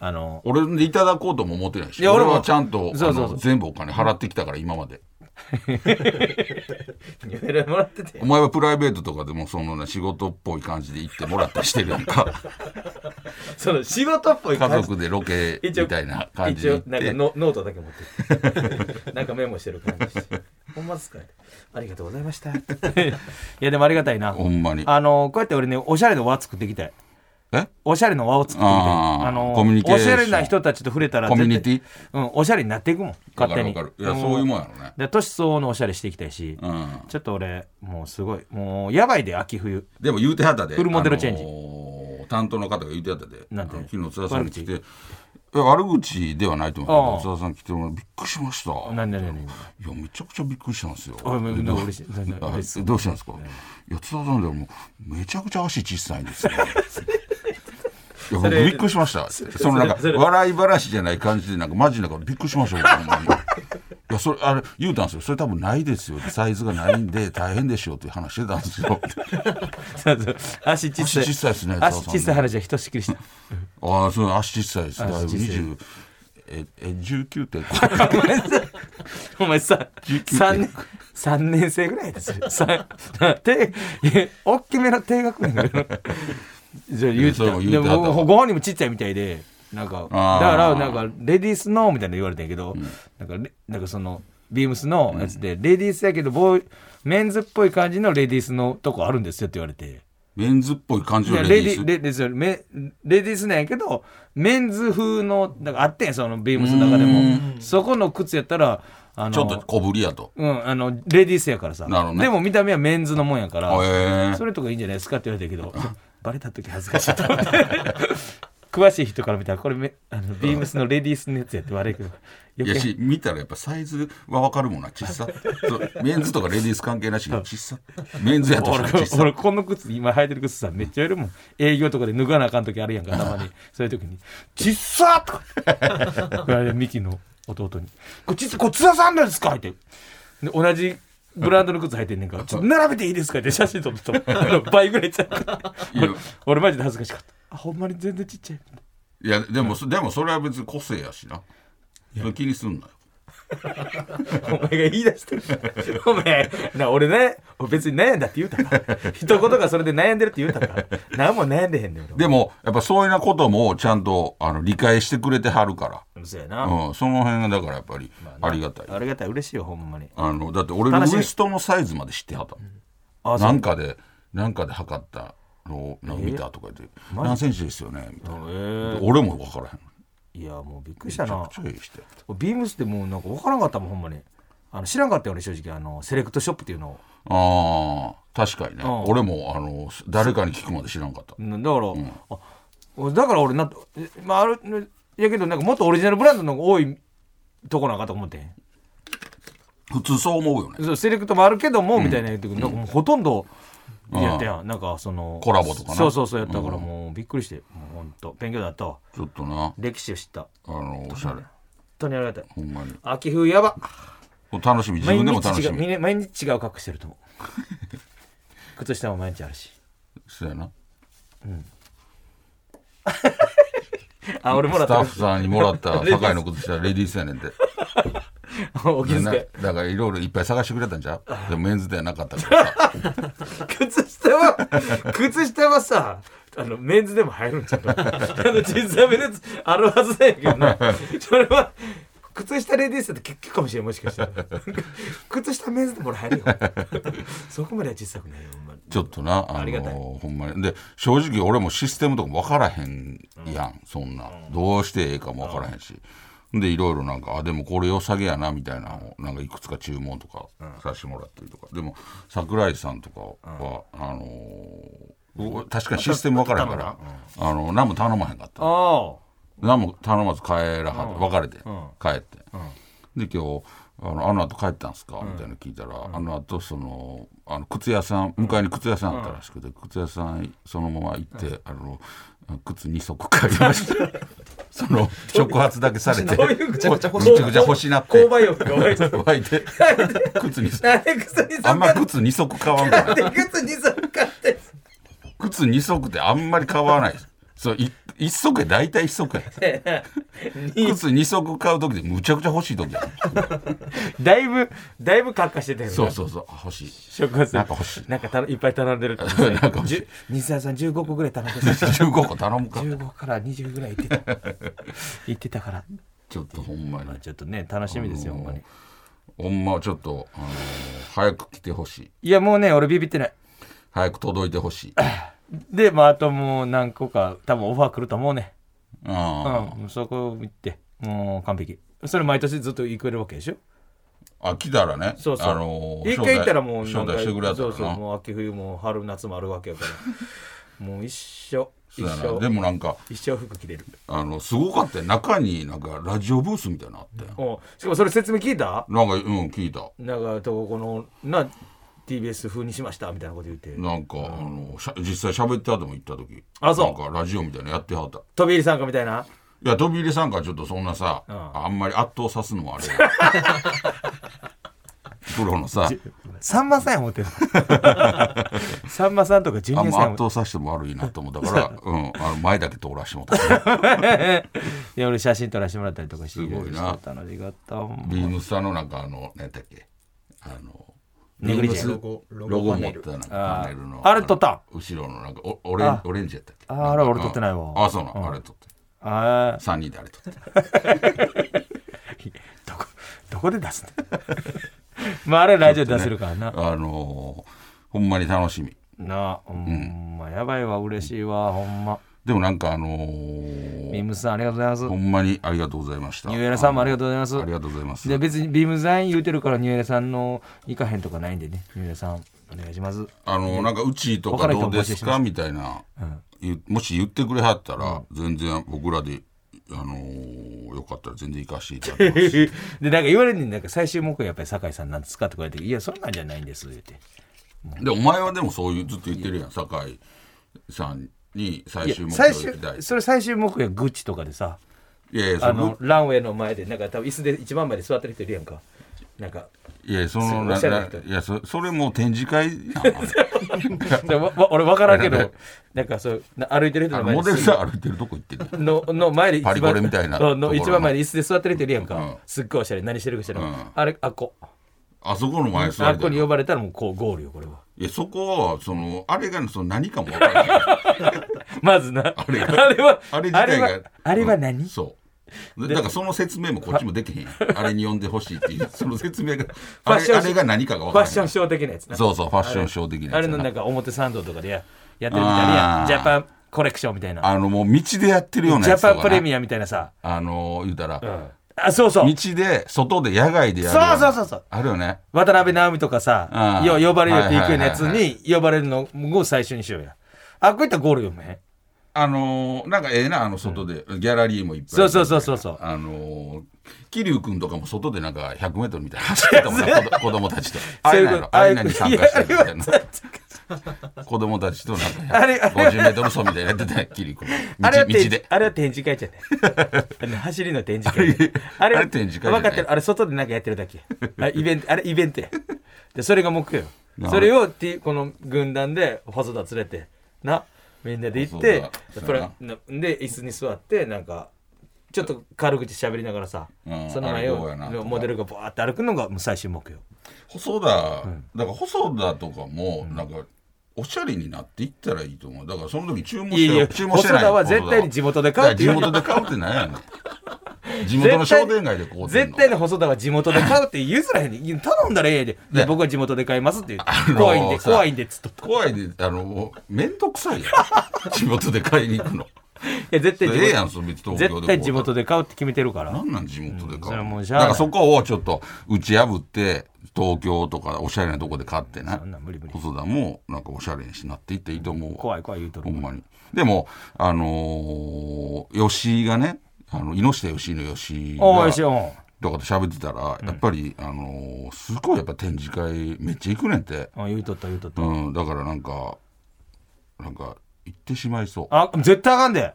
Speaker 1: あの
Speaker 2: 俺でいただこうとも思ってないし
Speaker 1: いや俺
Speaker 2: 俺
Speaker 1: も
Speaker 2: はちゃん
Speaker 1: そ
Speaker 2: と
Speaker 1: うそうそう
Speaker 2: あの全部お金払ってきたから今まで
Speaker 1: いろいろもらってて
Speaker 2: お前はプライベートとかでもそのね仕事っぽい感じで行ってもらったりしてるやん か
Speaker 1: その仕事っぽい
Speaker 2: 家
Speaker 1: 感じ
Speaker 2: 族でロケみたいな感じ
Speaker 1: 一
Speaker 2: で
Speaker 1: 応
Speaker 2: 行
Speaker 1: な
Speaker 2: っ
Speaker 1: ん
Speaker 2: て
Speaker 1: かノノートだけ持ってって なんかメモしてる感じしてほんまっすかありがとうございました いやでもありがたいな
Speaker 2: ほんまに
Speaker 1: あのこうやって俺ねおしゃれの輪作ってきたい
Speaker 2: え
Speaker 1: おしゃれの輪を作ってみたい
Speaker 2: あ
Speaker 1: あ
Speaker 2: ー
Speaker 1: の
Speaker 2: コミュニケーション
Speaker 1: おしゃれな人たちと触れたら
Speaker 2: コミュニティ
Speaker 1: 絶対うん、おしゃれになっていくもん
Speaker 2: わ
Speaker 1: 勝
Speaker 2: か
Speaker 1: 手
Speaker 2: る
Speaker 1: に
Speaker 2: わかるいやそういうもんやろね
Speaker 1: で年相応のおしゃれしていきたいし、
Speaker 2: うん
Speaker 1: ちょっと俺もうすごいもうやばいで秋冬
Speaker 2: でも言うてはったで
Speaker 1: フルモデルチェンジ
Speaker 2: あのー担当の方が言うてはったで
Speaker 1: なんて
Speaker 2: あの昨日津田さん来て
Speaker 1: 悪
Speaker 2: いや悪口ではないと思うけ
Speaker 1: あ
Speaker 2: ど津田さん来てもらってびっくりしました
Speaker 1: 何何何
Speaker 2: いやめちゃくちゃびっくりしたんですよ。
Speaker 1: あめな
Speaker 2: で
Speaker 1: ん
Speaker 2: ど
Speaker 1: か
Speaker 2: う
Speaker 1: 嬉しい全然
Speaker 2: あ
Speaker 1: 嬉しいです
Speaker 2: どうしたんですか。いや津田さんでもめちゃくちゃ足小さいんで すよ。いや僕
Speaker 1: れ
Speaker 2: びっくりしました。そのなん
Speaker 1: それ
Speaker 2: か笑い話じゃない感じでなんかマジなんかびっくりし ました。僕ほんまにいやそれあれ言うたんですよ。それ多分ないですよ。サイズがないんで大変でしょうっていう話してたんですよ。
Speaker 1: そうそう足小さい
Speaker 2: 足小さいですね
Speaker 1: 足
Speaker 2: 澤さん
Speaker 1: 小さい話はひとしきりした
Speaker 2: ああそう足小さいです。だいぶ
Speaker 1: 足小
Speaker 2: 二
Speaker 1: さい
Speaker 2: 十ええ十九点。
Speaker 1: お前さ、お前さ、三年、三年生ぐらいですよ。さ、て、大きめの低学年ぐらいの。じゃあ言うてた
Speaker 2: それも言う
Speaker 1: で
Speaker 2: てはったわ
Speaker 1: もご本人もちっちゃいみたいで、なんか、だ
Speaker 2: あー
Speaker 1: からなんかレディースのみたいなの言われたんやけど、なんかレなんかそのビームスのやつで、レディースやけどボーイメンズっぽい感じのレディースのとこあるんですよって言われて。
Speaker 2: メンズっぽい感じ
Speaker 1: い
Speaker 2: の
Speaker 1: や
Speaker 2: レ
Speaker 1: レデ
Speaker 2: ディー
Speaker 1: ィ
Speaker 2: ス
Speaker 1: レレレメレディースなんやけどメンズ風のなんかあってんそのビームスの中でもそこの靴やったらあの
Speaker 2: ちょっと小ぶりやと。
Speaker 1: うん、あのレディースやからさ、
Speaker 2: なるほどね
Speaker 1: でも見た目はメンズのもんやから、
Speaker 2: へえ
Speaker 1: それとかいいんじゃないですかって言われたけどバレた時恥ずかしい と思って詳しい人から見たらこれめあのビームスのレディースのやつやって悪いけど
Speaker 2: い
Speaker 1: 余
Speaker 2: や
Speaker 1: 計
Speaker 2: し見たらやっぱサイズは分かるもんな小さ そうメンズとかレディース関係なしに小さメンズやとしたら小
Speaker 1: 俺
Speaker 2: さ
Speaker 1: 俺この靴今履いてる靴さめっちゃいるもん営業とかで脱がなあかん時あるやんかたまにそういう時に「ちっさ!」とか これあれミキの弟に「これちっさこれ津田さんのですか?」ってで同じブランドの靴履いてんねんから「ちょっと並べていいですか?」って写真撮 ったと倍ぐらいちゃう
Speaker 2: いや
Speaker 1: 俺マジで恥ずかしかったあほんまに全然ちっちゃい
Speaker 2: いやでも、そでもそれは別に個性やしなそれ気にすんなよ
Speaker 1: お前が言い出してる。お前、な、俺ね、俺別に悩んだって言うたか。一言がそれで悩んでるって言うたか。何も悩んでへんねん、俺。
Speaker 2: でもやっぱそういうようなこともちゃんとあの理解してくれてはるか
Speaker 1: そうや
Speaker 2: ら、
Speaker 1: な。
Speaker 2: うん、その辺がだからやっぱりありがたい、
Speaker 1: ありがたい、嬉しいよ、ほんまに。
Speaker 2: あのだって俺のウ
Speaker 1: 楽しい
Speaker 2: エストのサイズまで知ってはったもん
Speaker 1: あ、
Speaker 2: な。
Speaker 1: そうん
Speaker 2: かでなんかで測ったのをなんか見たとか言って「
Speaker 1: マジ
Speaker 2: 何センチですよね」みたいな
Speaker 1: えー
Speaker 2: 俺も分からへん
Speaker 1: いや、もうびっくりし
Speaker 2: め
Speaker 1: た
Speaker 2: ちゃ
Speaker 1: な
Speaker 2: く。ちゃいいして
Speaker 1: ビームスってもうなんか分からんかったもん、ほんまに。あの知らんかったよ、俺、正直。あの、セレクトショップっていうのを。
Speaker 2: ああ確かにね
Speaker 1: ん
Speaker 2: 俺もあの誰かに聞くまで知らんかった
Speaker 1: うんだから、あ俺だから俺なえまああるいやけどなんかもっとオリジナルブランドの方が多いとこなんかと思ってん
Speaker 2: 普通そう思うよね
Speaker 1: そうセレクトもあるけども、みたいな言ってくるなんかもうほとんどやったやん、なんかその
Speaker 2: コラボとかな
Speaker 1: そうそうそうやったからもうびっくりして、もうほんと勉強だったわ
Speaker 2: ちょっとな
Speaker 1: 歴史を知った本
Speaker 2: あのおしゃれ
Speaker 1: 当にありがたい
Speaker 2: ほんまに
Speaker 1: 秋冬やば
Speaker 2: これ楽しみ自
Speaker 1: 毎
Speaker 2: 分でも楽
Speaker 1: 日違
Speaker 2: し
Speaker 1: う
Speaker 2: み
Speaker 1: み毎日違う格好してると思う 靴下も毎日あるし
Speaker 2: そうやな
Speaker 1: あ俺もら
Speaker 2: ス
Speaker 1: っ
Speaker 2: タ
Speaker 1: た
Speaker 2: ッフさんにもら った酒井の靴下レディースやねんて
Speaker 1: お気
Speaker 2: な
Speaker 1: づ
Speaker 2: だ
Speaker 1: け
Speaker 2: からいろいろいっぱい探してくれたんじゃうでもメンズではなかったからさ
Speaker 1: 靴下は、靴下はさ、あの、メンズでも入るんちゃうあの、 小さめのやつあるはずだけど な。それは、靴下レディースだと結局かもしれん、もしかしたら。 靴下メンズでも俺入るよ。 そこまでは小さくないよ、ほんまに。
Speaker 2: ちょっとなあ
Speaker 1: ありがたい
Speaker 2: のほんまにで正直俺もシステムとかも分からへんやんそんなどうしてええかも分からへんしでいろいろなんかあでもこれ良さげやなみたいなのをなんかいくつか注文とかさせてもらったりとかでも桜井さんとかはあのー確かにシステム分からへんからあの何も頼まへんかった
Speaker 1: あ
Speaker 2: 何も頼まず帰らはって別れて帰ってで今日あのあの後帰ったんすかみたいなの聞いたらあの後そのあの靴屋さん向かいに靴屋さんあったらしくて靴屋さんそのまま行ってあの靴2足買いました その触発だけされて
Speaker 1: あ。どういうぐちゃぐちゃ欲しい
Speaker 2: ぐちゃぐちゃ欲しなって
Speaker 1: 購買欲が湧いて る。
Speaker 2: 湧いて 靴に
Speaker 1: なんで靴に
Speaker 2: あん
Speaker 1: そ
Speaker 2: ま
Speaker 1: かっ
Speaker 2: 靴2足買わんから
Speaker 1: て、 靴にそかって。
Speaker 2: 靴2足ってあんまり買わないそうい一足や大体一足や靴2足買う時でむちゃくちゃ欲しい時や
Speaker 1: だいぶ、だいぶカッカしてたよね。
Speaker 2: そうそうそうあ欲しい
Speaker 1: 食発
Speaker 2: なんか欲しい
Speaker 1: なんかたのいっぱい頼んでるって
Speaker 2: なんか欲しい
Speaker 1: じゅ西田さん15個ぐらい頼んでた
Speaker 2: 15個頼むか
Speaker 1: 15から20ぐらい行ってた行ってたから
Speaker 2: ちょっとほんまに
Speaker 1: ちょっとね楽しみですよほんまに
Speaker 2: ほんまはちょっと、あのー早く来てほしい
Speaker 1: いやもうね俺ビビってない
Speaker 2: 早く届いてほしい
Speaker 1: でまああともう何個か多分オファー来ると思うね
Speaker 2: あ
Speaker 1: うんそこ行ってもう完璧それ毎年ずっと行くれるわけでしょ
Speaker 2: あ来たらね
Speaker 1: そうそう、
Speaker 2: あのー
Speaker 1: 一回行ったらもう
Speaker 2: 招
Speaker 1: なん
Speaker 2: 待
Speaker 1: か
Speaker 2: してくれやった
Speaker 1: そ
Speaker 2: ら
Speaker 1: う
Speaker 2: な
Speaker 1: そうもう秋冬も春夏もあるわけやからもう一生
Speaker 2: そう
Speaker 1: 一
Speaker 2: やなで
Speaker 1: 生
Speaker 2: もなんか
Speaker 1: 一生服着れる
Speaker 2: あのすごかったよ中になんかラジオブースみたいなのあって、
Speaker 1: おしかもそれ説明聞いた
Speaker 2: なんかうん聞いた
Speaker 1: なんかとこのな TBS 風にしましたみたいなこと言って
Speaker 2: なんか、あのしゃ実際喋って後も行った時
Speaker 1: あそう
Speaker 2: なんかラジオみたいなのやってはったい
Speaker 1: 飛び入り参加みたいな
Speaker 2: や飛び入りさんからちょっとそんなさ、
Speaker 1: ん
Speaker 2: あんまり圧倒さすのもあれ やプロのさ
Speaker 1: さんまさんや 思ってるさんまさんとかジュ
Speaker 2: あん
Speaker 1: ニア
Speaker 2: ま
Speaker 1: さん
Speaker 2: 圧倒させても悪いなと思っ たから、うん、あの前だけ通らしてもらったから
Speaker 1: いや俺写真撮らせてもらったりとかして
Speaker 2: すごいな
Speaker 1: 楽しかったほんま
Speaker 2: ビームスさんのなんかあの何やったっけあの
Speaker 1: ネグリジェ
Speaker 2: ビームスロゴロゴ持ったなんかパネルの
Speaker 1: ああれ撮った
Speaker 2: の後ろのなんかおオレン
Speaker 1: あ
Speaker 2: オレンジやったっけ
Speaker 1: あ
Speaker 2: んか
Speaker 1: あれ俺撮ってないわ
Speaker 2: うんあそうなのあれ撮って
Speaker 1: ああ
Speaker 2: 3人であれ撮って
Speaker 1: どこどこで出すの まああれラジオで出せるからな、
Speaker 2: あのーほんまに楽しみ
Speaker 1: なあほんまやばいわ嬉しいわほんま
Speaker 2: でもなんかあの
Speaker 1: ビー
Speaker 2: ー
Speaker 1: ムスさんありがとうございます
Speaker 2: ほんまにありがとうございました。
Speaker 1: ニューエラさんもありがとうございます
Speaker 2: ありがとうございます。
Speaker 1: で別にビームザイン言うてるからニューエラさんの行かへんとかないんでねニューエラさんお願いし ます
Speaker 2: あのなんかうちとかどうですかみたいな、ゆもし言ってくれはったら、全然僕らであのーよかったら全然行かせていただきます。
Speaker 1: で、なんか言われるに、なんか最終目標やっぱり酒井さんなんですかって言われて、いや、そんなんじゃないんです、言って。
Speaker 2: でお前はでもそういうずっと言ってるやん酒井さんに最終目
Speaker 1: 最
Speaker 2: 標
Speaker 1: 終
Speaker 2: 行きたい。
Speaker 1: それ最終目標はグッチとかでさ、
Speaker 2: いやいやそ
Speaker 1: あ
Speaker 2: の
Speaker 1: の、ランウェイの前で、なんか多分椅子で一番前で座ってる人いるやんか。なんか
Speaker 2: いやその
Speaker 1: お
Speaker 2: な
Speaker 1: しゃれな人
Speaker 2: ないやそそれもう展示会なの
Speaker 1: でわわ俺分からんけどなんかそうな歩いてる人
Speaker 2: あ
Speaker 1: の
Speaker 2: の
Speaker 1: 前
Speaker 2: モ
Speaker 1: に
Speaker 2: デルさん歩いてるとこ行ってる
Speaker 1: のの前で一
Speaker 2: パ
Speaker 1: 番
Speaker 2: リコレみたいな
Speaker 1: そう
Speaker 2: とこ
Speaker 1: の
Speaker 2: ろの
Speaker 1: 一番前で椅子で座ってる人いるやんか、
Speaker 2: うん
Speaker 1: すっごいおしゃれ何してるかしてる、
Speaker 2: うん
Speaker 1: あれあっこ
Speaker 2: あそこの前座
Speaker 1: あ
Speaker 2: る
Speaker 1: っこに呼ばれたらもうこうゴールよこれはい
Speaker 2: やそこはそのあれがその何かも分からない
Speaker 1: まずなあ
Speaker 2: れ
Speaker 1: れ
Speaker 2: が
Speaker 1: は
Speaker 2: あ
Speaker 1: あれ
Speaker 2: れ自体が
Speaker 1: はあれは何、
Speaker 2: そうでだからその説明もこっちもできへんやんあれに呼んでほしいっていうその説明が
Speaker 1: ァ
Speaker 2: あ
Speaker 1: ッシ
Speaker 2: れ
Speaker 1: ョン
Speaker 2: あれが何かが分
Speaker 1: ファ
Speaker 2: か
Speaker 1: ッ
Speaker 2: らない
Speaker 1: ションショー的なやつな
Speaker 2: そうそうファッションショー的なやつ
Speaker 1: あれのなんか表参道とかでややってるみたいなや
Speaker 2: あー
Speaker 1: んジャパンコレクションみたいな
Speaker 2: あのもう道でやってるような
Speaker 1: ジ
Speaker 2: や
Speaker 1: ャ
Speaker 2: つと
Speaker 1: パ
Speaker 2: かな
Speaker 1: ンプレミアみたいなさ、
Speaker 2: あの言うたら、
Speaker 1: あそうそう
Speaker 2: 道で外で野外でやるよな
Speaker 1: そうそうそうそう
Speaker 2: あるよね
Speaker 1: 渡辺直美とかさ
Speaker 2: あ、ー
Speaker 1: よう呼ばれるよって行くようなやつ
Speaker 2: はいはい
Speaker 1: に呼ばれるのを最初にしようや。あ、こういったらゴール読めへん。
Speaker 2: あのーなんかええなあの外で、ギャラリーもいっぱい
Speaker 1: そうそうそうそうそう。
Speaker 2: あのー桐生君とかも外でなんか 100m みたいな 走ってたもんな子ど子供たちとあれなのあれなに参加してるみたいな 子供たちとなん
Speaker 1: あれ
Speaker 2: か
Speaker 1: あれ
Speaker 2: 50m 走みたいなやってたよ桐 生君
Speaker 1: あれは
Speaker 2: 道道
Speaker 1: 展
Speaker 2: で
Speaker 1: あれは展示会じゃない。 あの走りの展示会じゃない。
Speaker 2: あれ
Speaker 1: は
Speaker 2: あれ展示会じゃない
Speaker 1: 分かってる。あれ外でなんかやってるだけ。あイベント、あれイベントや。で、それが目標
Speaker 2: な
Speaker 1: よ。
Speaker 2: あ
Speaker 1: それを、T- この軍団で細田連れて、な、みんなで行って
Speaker 2: そう、だ
Speaker 1: プラなで、椅子に座って、なんか、ちょっと軽口喋りながらさ
Speaker 2: うん、
Speaker 1: その
Speaker 2: あ
Speaker 1: 前
Speaker 2: れどうやな
Speaker 1: をモデルがバーって歩くのがもう最終目標。
Speaker 2: 細田、だから細田とかもなんかおしゃれになっていったらいいと思うだからその時注文して
Speaker 1: いやいや
Speaker 2: 注文してない
Speaker 1: 細田は絶対に地元で買うって
Speaker 2: い
Speaker 1: 言う
Speaker 2: や地
Speaker 1: よ
Speaker 2: 元で買うってなんやね ん地元の商店街でこうて
Speaker 1: 絶
Speaker 2: んの
Speaker 1: 対に細田は地元で買うって譲らへんねんいや頼んだらええやでで僕は地元で買いますって言って怖いんで
Speaker 2: さ
Speaker 1: 怖いんでっつっとったい
Speaker 2: 怖いであのもう面倒くさいやん地元で買いに行くの
Speaker 1: や 絶対地
Speaker 2: ええや
Speaker 1: 元
Speaker 2: んそれ別に東京
Speaker 1: 絶
Speaker 2: で
Speaker 1: 対地元で買うって決めてるから
Speaker 2: なんなん地元
Speaker 1: そ
Speaker 2: で
Speaker 1: れ
Speaker 2: 買
Speaker 1: は
Speaker 2: う
Speaker 1: も
Speaker 2: の
Speaker 1: うしゃ
Speaker 2: だ
Speaker 1: あ
Speaker 2: か
Speaker 1: ない
Speaker 2: らそこをちょっと打ち破って東京とかおしゃれなとこで買ってな
Speaker 1: そんなん無理無理
Speaker 2: 細田もなんかおしゃれにしなっていっていいと思うわ
Speaker 1: 怖い怖い言うと
Speaker 2: ほ
Speaker 1: る
Speaker 2: んまに。でも、あのー吉井がね、あの、猪下吉井の吉井が
Speaker 1: おいしいうん
Speaker 2: とかと喋ってたら、やっぱり、あのーすごいやっぱ展示会めっちゃ行くねんて。
Speaker 1: うん言うとった言うとった
Speaker 2: うん、だからなんか、なんか、行ってしまいそう。あ、
Speaker 1: あ絶対あかんで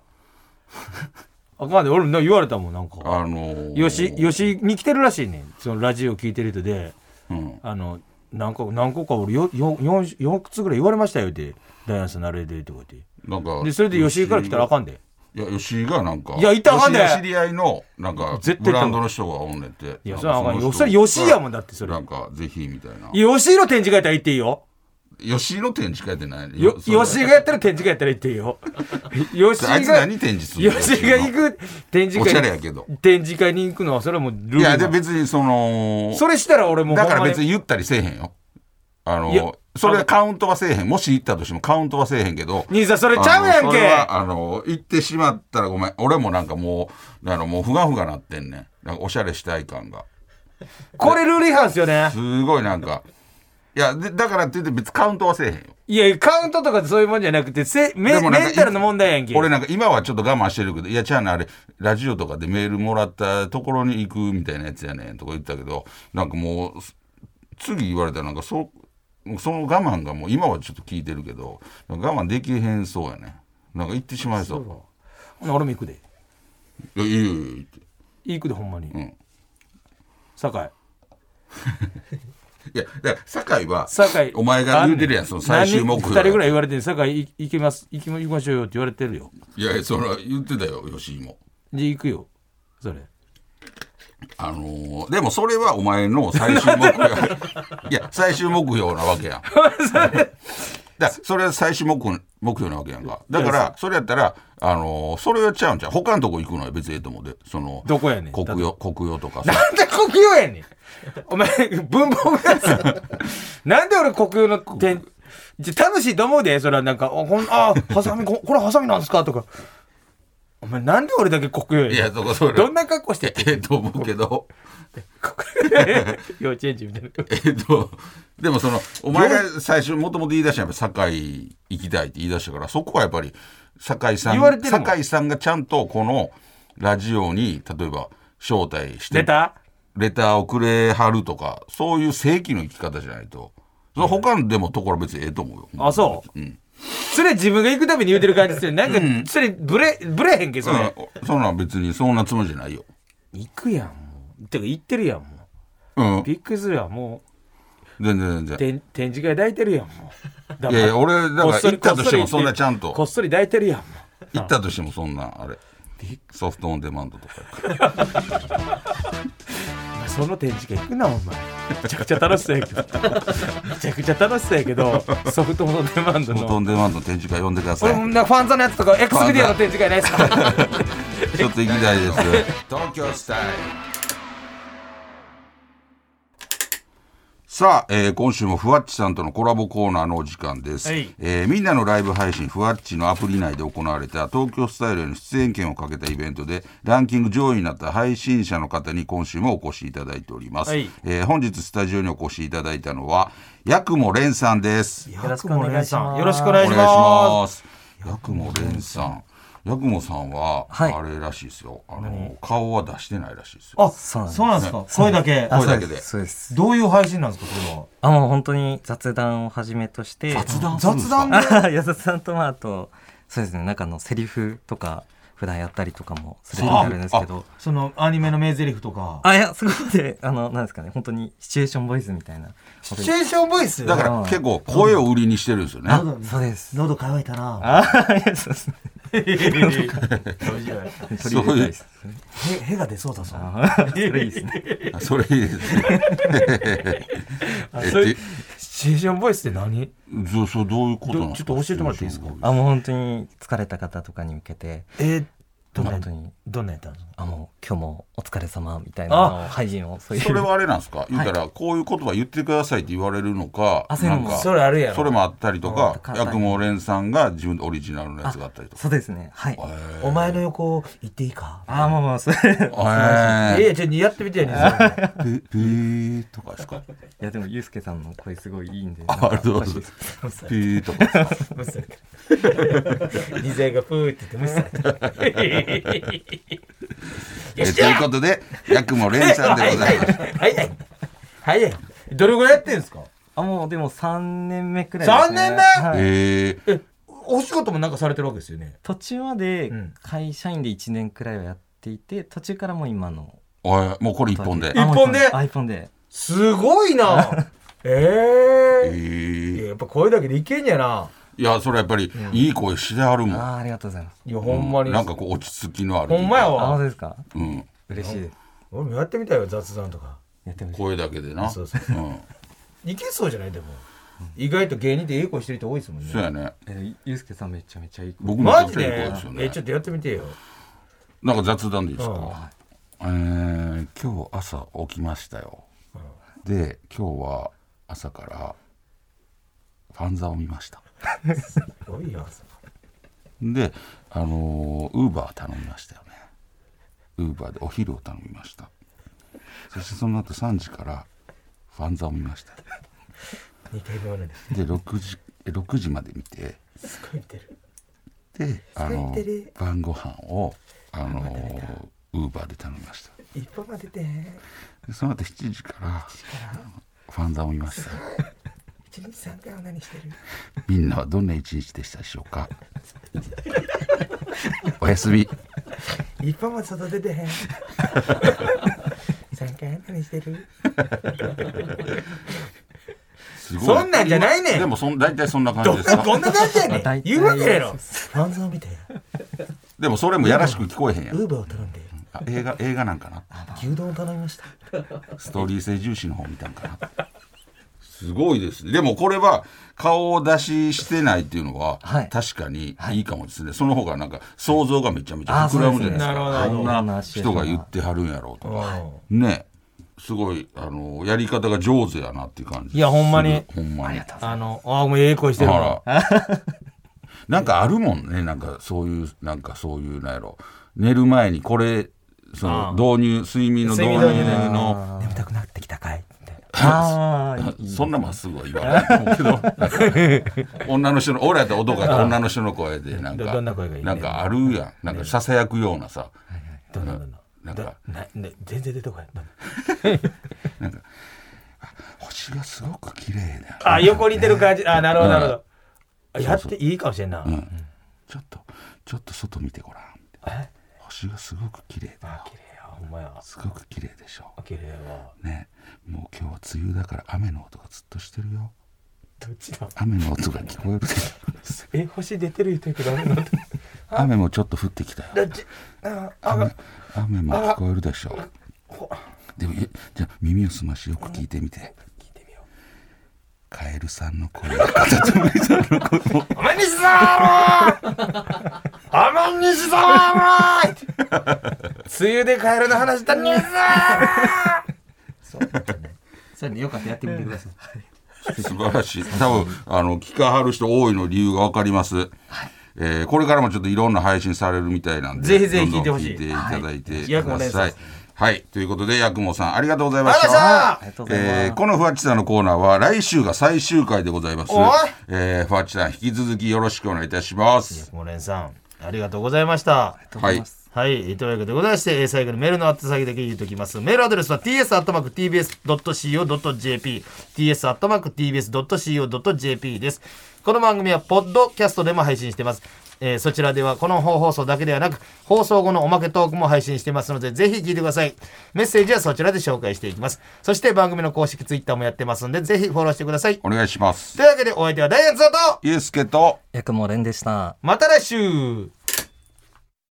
Speaker 1: あかんで俺も言われたもんなんか
Speaker 2: のー
Speaker 1: 吉吉に来てるらしいねんそのラジオ聞いてる人で
Speaker 2: うん。
Speaker 1: あの何個何個か俺よよよ四つぐらい言われましたよってダイアンさんのあれでとか言って
Speaker 2: なんか、
Speaker 1: でそれで吉井から来たらあか
Speaker 2: ん。
Speaker 1: んで
Speaker 2: いや、吉井がなんか、
Speaker 1: いや行ったらあかんで
Speaker 2: 吉井の知り合いの、なんか、
Speaker 1: 絶対行った
Speaker 2: ブ
Speaker 1: ら
Speaker 2: ランドの人がおんねんて。
Speaker 1: いや
Speaker 2: なん
Speaker 1: それはあかん
Speaker 2: の
Speaker 1: よ
Speaker 2: 人
Speaker 1: それ吉井やもんだってそれ
Speaker 2: なんか、ぜひ、みたいな。
Speaker 1: 吉井の展示会やったら行っていいよ
Speaker 2: 吉井の展示会ってない
Speaker 1: よ
Speaker 2: それは
Speaker 1: 吉井がやったら展示会やったら行っていい よ吉井
Speaker 2: あいつ
Speaker 1: が
Speaker 2: 何展示するの
Speaker 1: 吉井が行く展示会
Speaker 2: おしゃれやけど
Speaker 1: 展示会に行くのはそれはもうルール
Speaker 2: いやで
Speaker 1: な
Speaker 2: 別にその
Speaker 1: それしたら俺もう
Speaker 2: だから別
Speaker 1: に
Speaker 2: に言ったりせえへんよあ
Speaker 1: いや
Speaker 2: のそれカウントはせえへんもし行ったとしてもカウントはせえへんけど
Speaker 1: 兄さんそれちゃうやんけ
Speaker 2: あのそれはあの行ってしまったらごめん俺もなんかもうあのもうふがふがなってんねんなんかおしゃれしたい感が
Speaker 1: これルール違反ですよね
Speaker 2: すごいなんかいやでだからって言って別にカウントはせえへんよ
Speaker 1: いやカウントとかそういうもんじゃなくてせメ
Speaker 2: でもなんか
Speaker 1: メンタルの問題やんけ
Speaker 2: 俺なんか今はちょっと我慢してるけど、いや、ちゃうねんあれ、ラジオとかでメールもらったところに行くみたいなやつやねんとか言ったけど、なんかもう、す次言われたらなんかそ、その我慢がもう今はちょっと聞いてるけど、なんか我慢できへんそうやねん。なんか行ってしまいそ
Speaker 1: ほな俺も行くで
Speaker 2: う。いや、いいよいいよいいよ
Speaker 1: 行くでほんまに、
Speaker 2: ん
Speaker 1: 酒井
Speaker 2: いや、だから、酒井は、
Speaker 1: 酒井
Speaker 2: お前が言うてるやん、その最終目標。
Speaker 1: 2人ぐらい言われてる酒井い行けます行きま行きましょうよって言われてるよ
Speaker 2: いや、それは言ってたよ、吉井も。
Speaker 1: で行くよそれ
Speaker 2: あのーでもそれはお前の最終目標 いや最終目標なわけやんだそれは最終目標目標なわけやんかだからそれやったら、あのーそれはちゃうんちゃう他のとこ行くのは別にええと思うでその
Speaker 1: どこやねん
Speaker 2: 国用国用とかさ
Speaker 1: なんで国用やねん。お前、文房具屋さん。なんで俺国用の店、じゃ楽しいと思うで、それはなんか、あ、ほん、あ、ハサミ、ここれハサミなんですかとか。お前、なんで俺だけ国用やねん。
Speaker 2: いやそこそれ
Speaker 1: どんな格好し
Speaker 2: え
Speaker 1: て
Speaker 2: えと思うけど
Speaker 1: 国用幼稚園児みたいな。
Speaker 2: えっとでもそのお前が最初もともと言い出したのはやっぱ酒井行きたいって言い出したからそこはやっぱり酒井さん
Speaker 1: 言われてるもん
Speaker 2: 酒井さんがちゃんとこのラジオに例えば招待して
Speaker 1: 出た
Speaker 2: レターをくれはるとかそういう正規の生き方じゃないとその他のでもところ別にええと思うよ、
Speaker 1: あ、そう。
Speaker 2: ん
Speaker 1: それ自分が行くために言うてる感じですよ。なんか、それ、ブレ、ブレへんけ、それ。
Speaker 2: うんそんなん別にそんなつもりじゃないよ
Speaker 1: 行くやん、もう。てか、行ってるやん、もう。
Speaker 2: うん
Speaker 1: びっくりするやんも
Speaker 2: 全然全
Speaker 1: う
Speaker 2: 然
Speaker 1: 展展示会抱いてるやんもうだ
Speaker 2: いやいや俺だから
Speaker 1: こっそり
Speaker 2: 行ったとしても
Speaker 1: こっり
Speaker 2: そんなちゃんと
Speaker 1: こっそり抱いてるやんもう
Speaker 2: 行ったとしてもそんなあれソフトオンデマンドとか
Speaker 1: お前その展示会行くなお前めちゃくちゃ楽しそうや けどめちゃくちゃ楽しそうやけどソフトのデマンド
Speaker 2: ソフトオ
Speaker 1: の
Speaker 2: ンデマンドの展示会呼んでくださ
Speaker 1: 俺
Speaker 2: い
Speaker 1: もなファンザのやつとか X ビデオの展示会ないっすか
Speaker 2: ちょっと行きたいです。 東京スタイル。さあ、えー今週もふわっちさんとのコラボコーナーのお時間です、
Speaker 3: はい
Speaker 2: えーみんなのライブ配信ふわっちのアプリ内で行われた東京スタイルへの出演権をかけたイベントでランキング上位になった配信者の方に今週もお越しいただいております、
Speaker 3: はい
Speaker 2: えー本日スタジオにお越しいただいたのはやくもれんさんです
Speaker 3: よろしくお願いします
Speaker 1: よろしくお願いします
Speaker 2: す。ヤクモレンさん。ヤクモさんは、
Speaker 4: はい
Speaker 2: あれらしいですよ。あの、顔は出してないらしいですよ。
Speaker 3: あ
Speaker 4: そうなんです
Speaker 3: そうなんですか声だけ
Speaker 2: 声だけで。
Speaker 4: そうです。
Speaker 3: どういう配信なんですかこ
Speaker 4: あ、もう本当に雑談をはじめとして。
Speaker 2: 雑談するんです
Speaker 3: 雑
Speaker 2: か
Speaker 3: 談
Speaker 4: あいや、雑談と、まあ、あと、そうですね、中のセリフとか、普段やったりとかもするようになるんですけど。
Speaker 3: そのアニメの名台詞とか
Speaker 4: あいや、そこで、あの、なんですかね、本当にシチュエーションボイスみたいな。
Speaker 3: シチュエーションボイス
Speaker 2: だから、結構声を売りにしてるんですよね。
Speaker 4: あそうです。
Speaker 3: 喉乾いたな
Speaker 4: あ、いや、そうですね。取り入れたいです。
Speaker 3: へへが出そうだぞ
Speaker 4: あそれいいですね。
Speaker 2: あそれいいですね。え
Speaker 1: そうい
Speaker 2: で
Speaker 1: うシチュエーションボイスって何
Speaker 2: そう、そう、どういうことなんですか。
Speaker 1: どちょっと教えてもらっていいですか
Speaker 4: あ、もう本当に疲れた方とかに向けて、
Speaker 3: えーどんな
Speaker 4: 本当に、
Speaker 3: どんなやったんですか
Speaker 4: あ、もう今日もお疲れ様みたいなのを配信を、そういう。
Speaker 2: それはあれなんですか。言ったら、こういう言葉言ってくださいって言われるのか。
Speaker 4: あそういう
Speaker 2: な
Speaker 4: の
Speaker 2: ん
Speaker 4: も
Speaker 2: か。
Speaker 1: それあるやろ
Speaker 2: それもあったりとか
Speaker 4: う、ん
Speaker 2: ヤクモレンさんが自分でオリジナルのやつがあったりとか。
Speaker 4: そうですね。はい。
Speaker 3: お前の横行っていいか
Speaker 4: あー、まあまあ、そ れ。
Speaker 2: え
Speaker 1: ええちょっとやってみて よねそれ
Speaker 2: ー、えーとかですか。
Speaker 4: いや、でも、ゆうすけさんの声すごいいいんで。
Speaker 2: ありがとうございます。ピーとか。
Speaker 1: リゼがプーって言って無視された
Speaker 2: えーということで、ヤクモレンさんでございます。
Speaker 1: はいはいはいはいどれぐらいやってんですか
Speaker 4: あ、もうでも3年目くらいです、ね。
Speaker 1: 三年目
Speaker 4: はい
Speaker 2: ええ
Speaker 1: えお仕事もなんかされてるわけですよね
Speaker 4: 途中まで
Speaker 1: うん
Speaker 4: 会社員で1年くらいはやっていて、途中からもう今の。
Speaker 2: あもうこれ一本で。
Speaker 1: 一本で
Speaker 4: あ一本で。
Speaker 1: すごい な
Speaker 2: え
Speaker 1: ええ
Speaker 2: ー
Speaker 1: やっぱ声だけでいけんやない
Speaker 2: や、それはやっぱり、いい声してはるもん。
Speaker 4: ああ、ありがとうございます。
Speaker 1: いやほんまに
Speaker 2: なんかこう、落ち着きのある。
Speaker 1: ほんまや
Speaker 4: あ、本
Speaker 1: わ
Speaker 4: 当ですか
Speaker 2: うん。
Speaker 4: 嬉しいです。
Speaker 1: 俺もやってみたいよ雑談とか
Speaker 4: やってみて。
Speaker 2: 声だけでな。
Speaker 1: そうそ
Speaker 2: うん。
Speaker 1: いけそうじゃないでも意外と芸人ってええ声してる人多いですもん
Speaker 2: そ
Speaker 1: ね
Speaker 2: うやね。
Speaker 4: えーゆうすけさんめちゃめちゃいい子。
Speaker 2: 僕も
Speaker 1: マジ
Speaker 2: めちゃくちゃいい
Speaker 1: で
Speaker 2: 声です
Speaker 1: えちょ
Speaker 2: よ
Speaker 1: っ
Speaker 2: ね。
Speaker 1: とやってみてよ
Speaker 2: なんか雑談でいいですか。えー今日朝起きましたよ。で、今日は朝から、ファンザを見ました。
Speaker 1: すごいよ
Speaker 2: で、あのウーバー頼みましたよね。ウーバーでお昼を頼みました。そしてその後3時からファンザを見ました。
Speaker 1: 2回目までです
Speaker 2: で、6時、え6時まで見て、
Speaker 1: すごい見てる
Speaker 2: で、あの
Speaker 1: てる
Speaker 2: 晩ご飯を、あのウーバーで頼みました。
Speaker 1: 一本までで
Speaker 2: で、その後7時からファンザを見 ました。
Speaker 1: 1日3回は何してる
Speaker 2: みんなはどんな一日でしたでしょうかおやすみ。
Speaker 1: 一本まで外出てへん3回は何してる
Speaker 2: すごい
Speaker 1: そんなんじゃないねん
Speaker 2: でもそん、大体そんな感じ
Speaker 1: どん
Speaker 2: です
Speaker 1: な
Speaker 2: か。
Speaker 1: どんな感じやねん
Speaker 4: 大体
Speaker 1: 言うわけやろ半蔵見て
Speaker 2: でもそれもやらしく聞こえへんやん
Speaker 1: ウ。ーバーを頼んで
Speaker 2: あ映画映画なんかな
Speaker 1: 牛丼を頼みました
Speaker 2: ストーリー性重視の方見たんかなすごいですねでもこれは顔を出ししてないっていうのは、
Speaker 4: はい
Speaker 2: 確かにいいかもですね、その方がなんか想像がめちゃめちゃ膨らむじ
Speaker 1: あそうで
Speaker 2: ゃないですか
Speaker 1: すねなる
Speaker 2: こ
Speaker 1: ほ
Speaker 2: ん
Speaker 1: ど
Speaker 2: な人が言ってはるんやろうとか、ねすごいあのやり方が上手やなっていう感じ
Speaker 1: いやほんまに
Speaker 2: するほんまに
Speaker 1: あのあもうええ声してるわ
Speaker 2: あら なんかあるもんねなんかそういうなんかそういうなんやろ寝る前にこれそ
Speaker 1: ああ
Speaker 2: の導入睡眠の導入
Speaker 1: 睡眠導入
Speaker 2: の
Speaker 1: 眠たくなってきたかいみたいな
Speaker 4: ああ、いい。
Speaker 2: そんなまっすぐは言わないと思う けど、なんか女の人の、俺やったら男やったら女の人の声で、なん
Speaker 1: ど
Speaker 2: か、
Speaker 1: どんな声がいいね
Speaker 2: なんかあるやん。なんかささやくようなさ、
Speaker 1: どんなどんな
Speaker 2: なんか、
Speaker 1: なな全然出てこない
Speaker 2: 星がすごく綺麗だ。
Speaker 1: あ横にいてる感じあなるほどなるほどあ
Speaker 2: ん
Speaker 1: やっていいかもしれんな
Speaker 2: ちょっと、ちょっと外見てごらん。星がすごく綺麗だ。
Speaker 1: 綺麗よほんまや
Speaker 2: すごく綺麗でしょ
Speaker 1: 綺麗は
Speaker 2: ねもう今日は梅雨だから雨の音がずっとしてるよ
Speaker 1: どっちだ
Speaker 2: 雨の音が聞こえるでしょ
Speaker 1: え星出てる言うてるけど雨の音
Speaker 2: 雨もちょっと降ってきたよ雨雨も聞こえるでしょでもえじゃあ耳をすましよく聞いてみて
Speaker 1: 聞いてみよう
Speaker 2: カエルさんの声カタツムリさんの声も
Speaker 1: 天西さんやろ天西さんや ろ梅雨でカエルの話だ西さん
Speaker 4: それねよかったやってみてくださ い
Speaker 2: 素晴らしい多分あの聞かはる人多いの理由が分かります、えーこれからもちょっといろんな配信されるみたいなんで
Speaker 1: ぜひぜひ聞いてほしい
Speaker 2: どんどん聞いていただいて
Speaker 1: はい
Speaker 2: くださ、
Speaker 1: はいい
Speaker 2: はい、ということで、ヤクモさん、ありがとうございまし
Speaker 1: ありがとうございました
Speaker 2: た。
Speaker 4: ありがとうございます
Speaker 2: えーこのフワッチさんのコーナーは、来週が最終回でございます
Speaker 1: おい。
Speaker 2: えー、フワッチさん、引き続きよろしくお願いいたします。
Speaker 1: モレンさんありがとうございました
Speaker 2: はい。
Speaker 1: はい、というわけでございまして、えー最後にメールの宛先だけ言っておきます。メールアドレスは ts.tbs.co.jp、ts.tbs.co.jp です。この番組は、ポッドキャストでも配信してます。えーそちらでは、この本放送だけではなく、放送後のおまけトークも配信してますので、ぜひ聞いてください。メッセージはそちらで紹介していきます。そして、番組の公式ツイッターもやってますので、ぜひフォローしてください。
Speaker 2: お願いします
Speaker 1: と。いうわけで、お相手はダイアンツだと、
Speaker 2: イエスケと、
Speaker 4: 薬も連でした
Speaker 1: また来週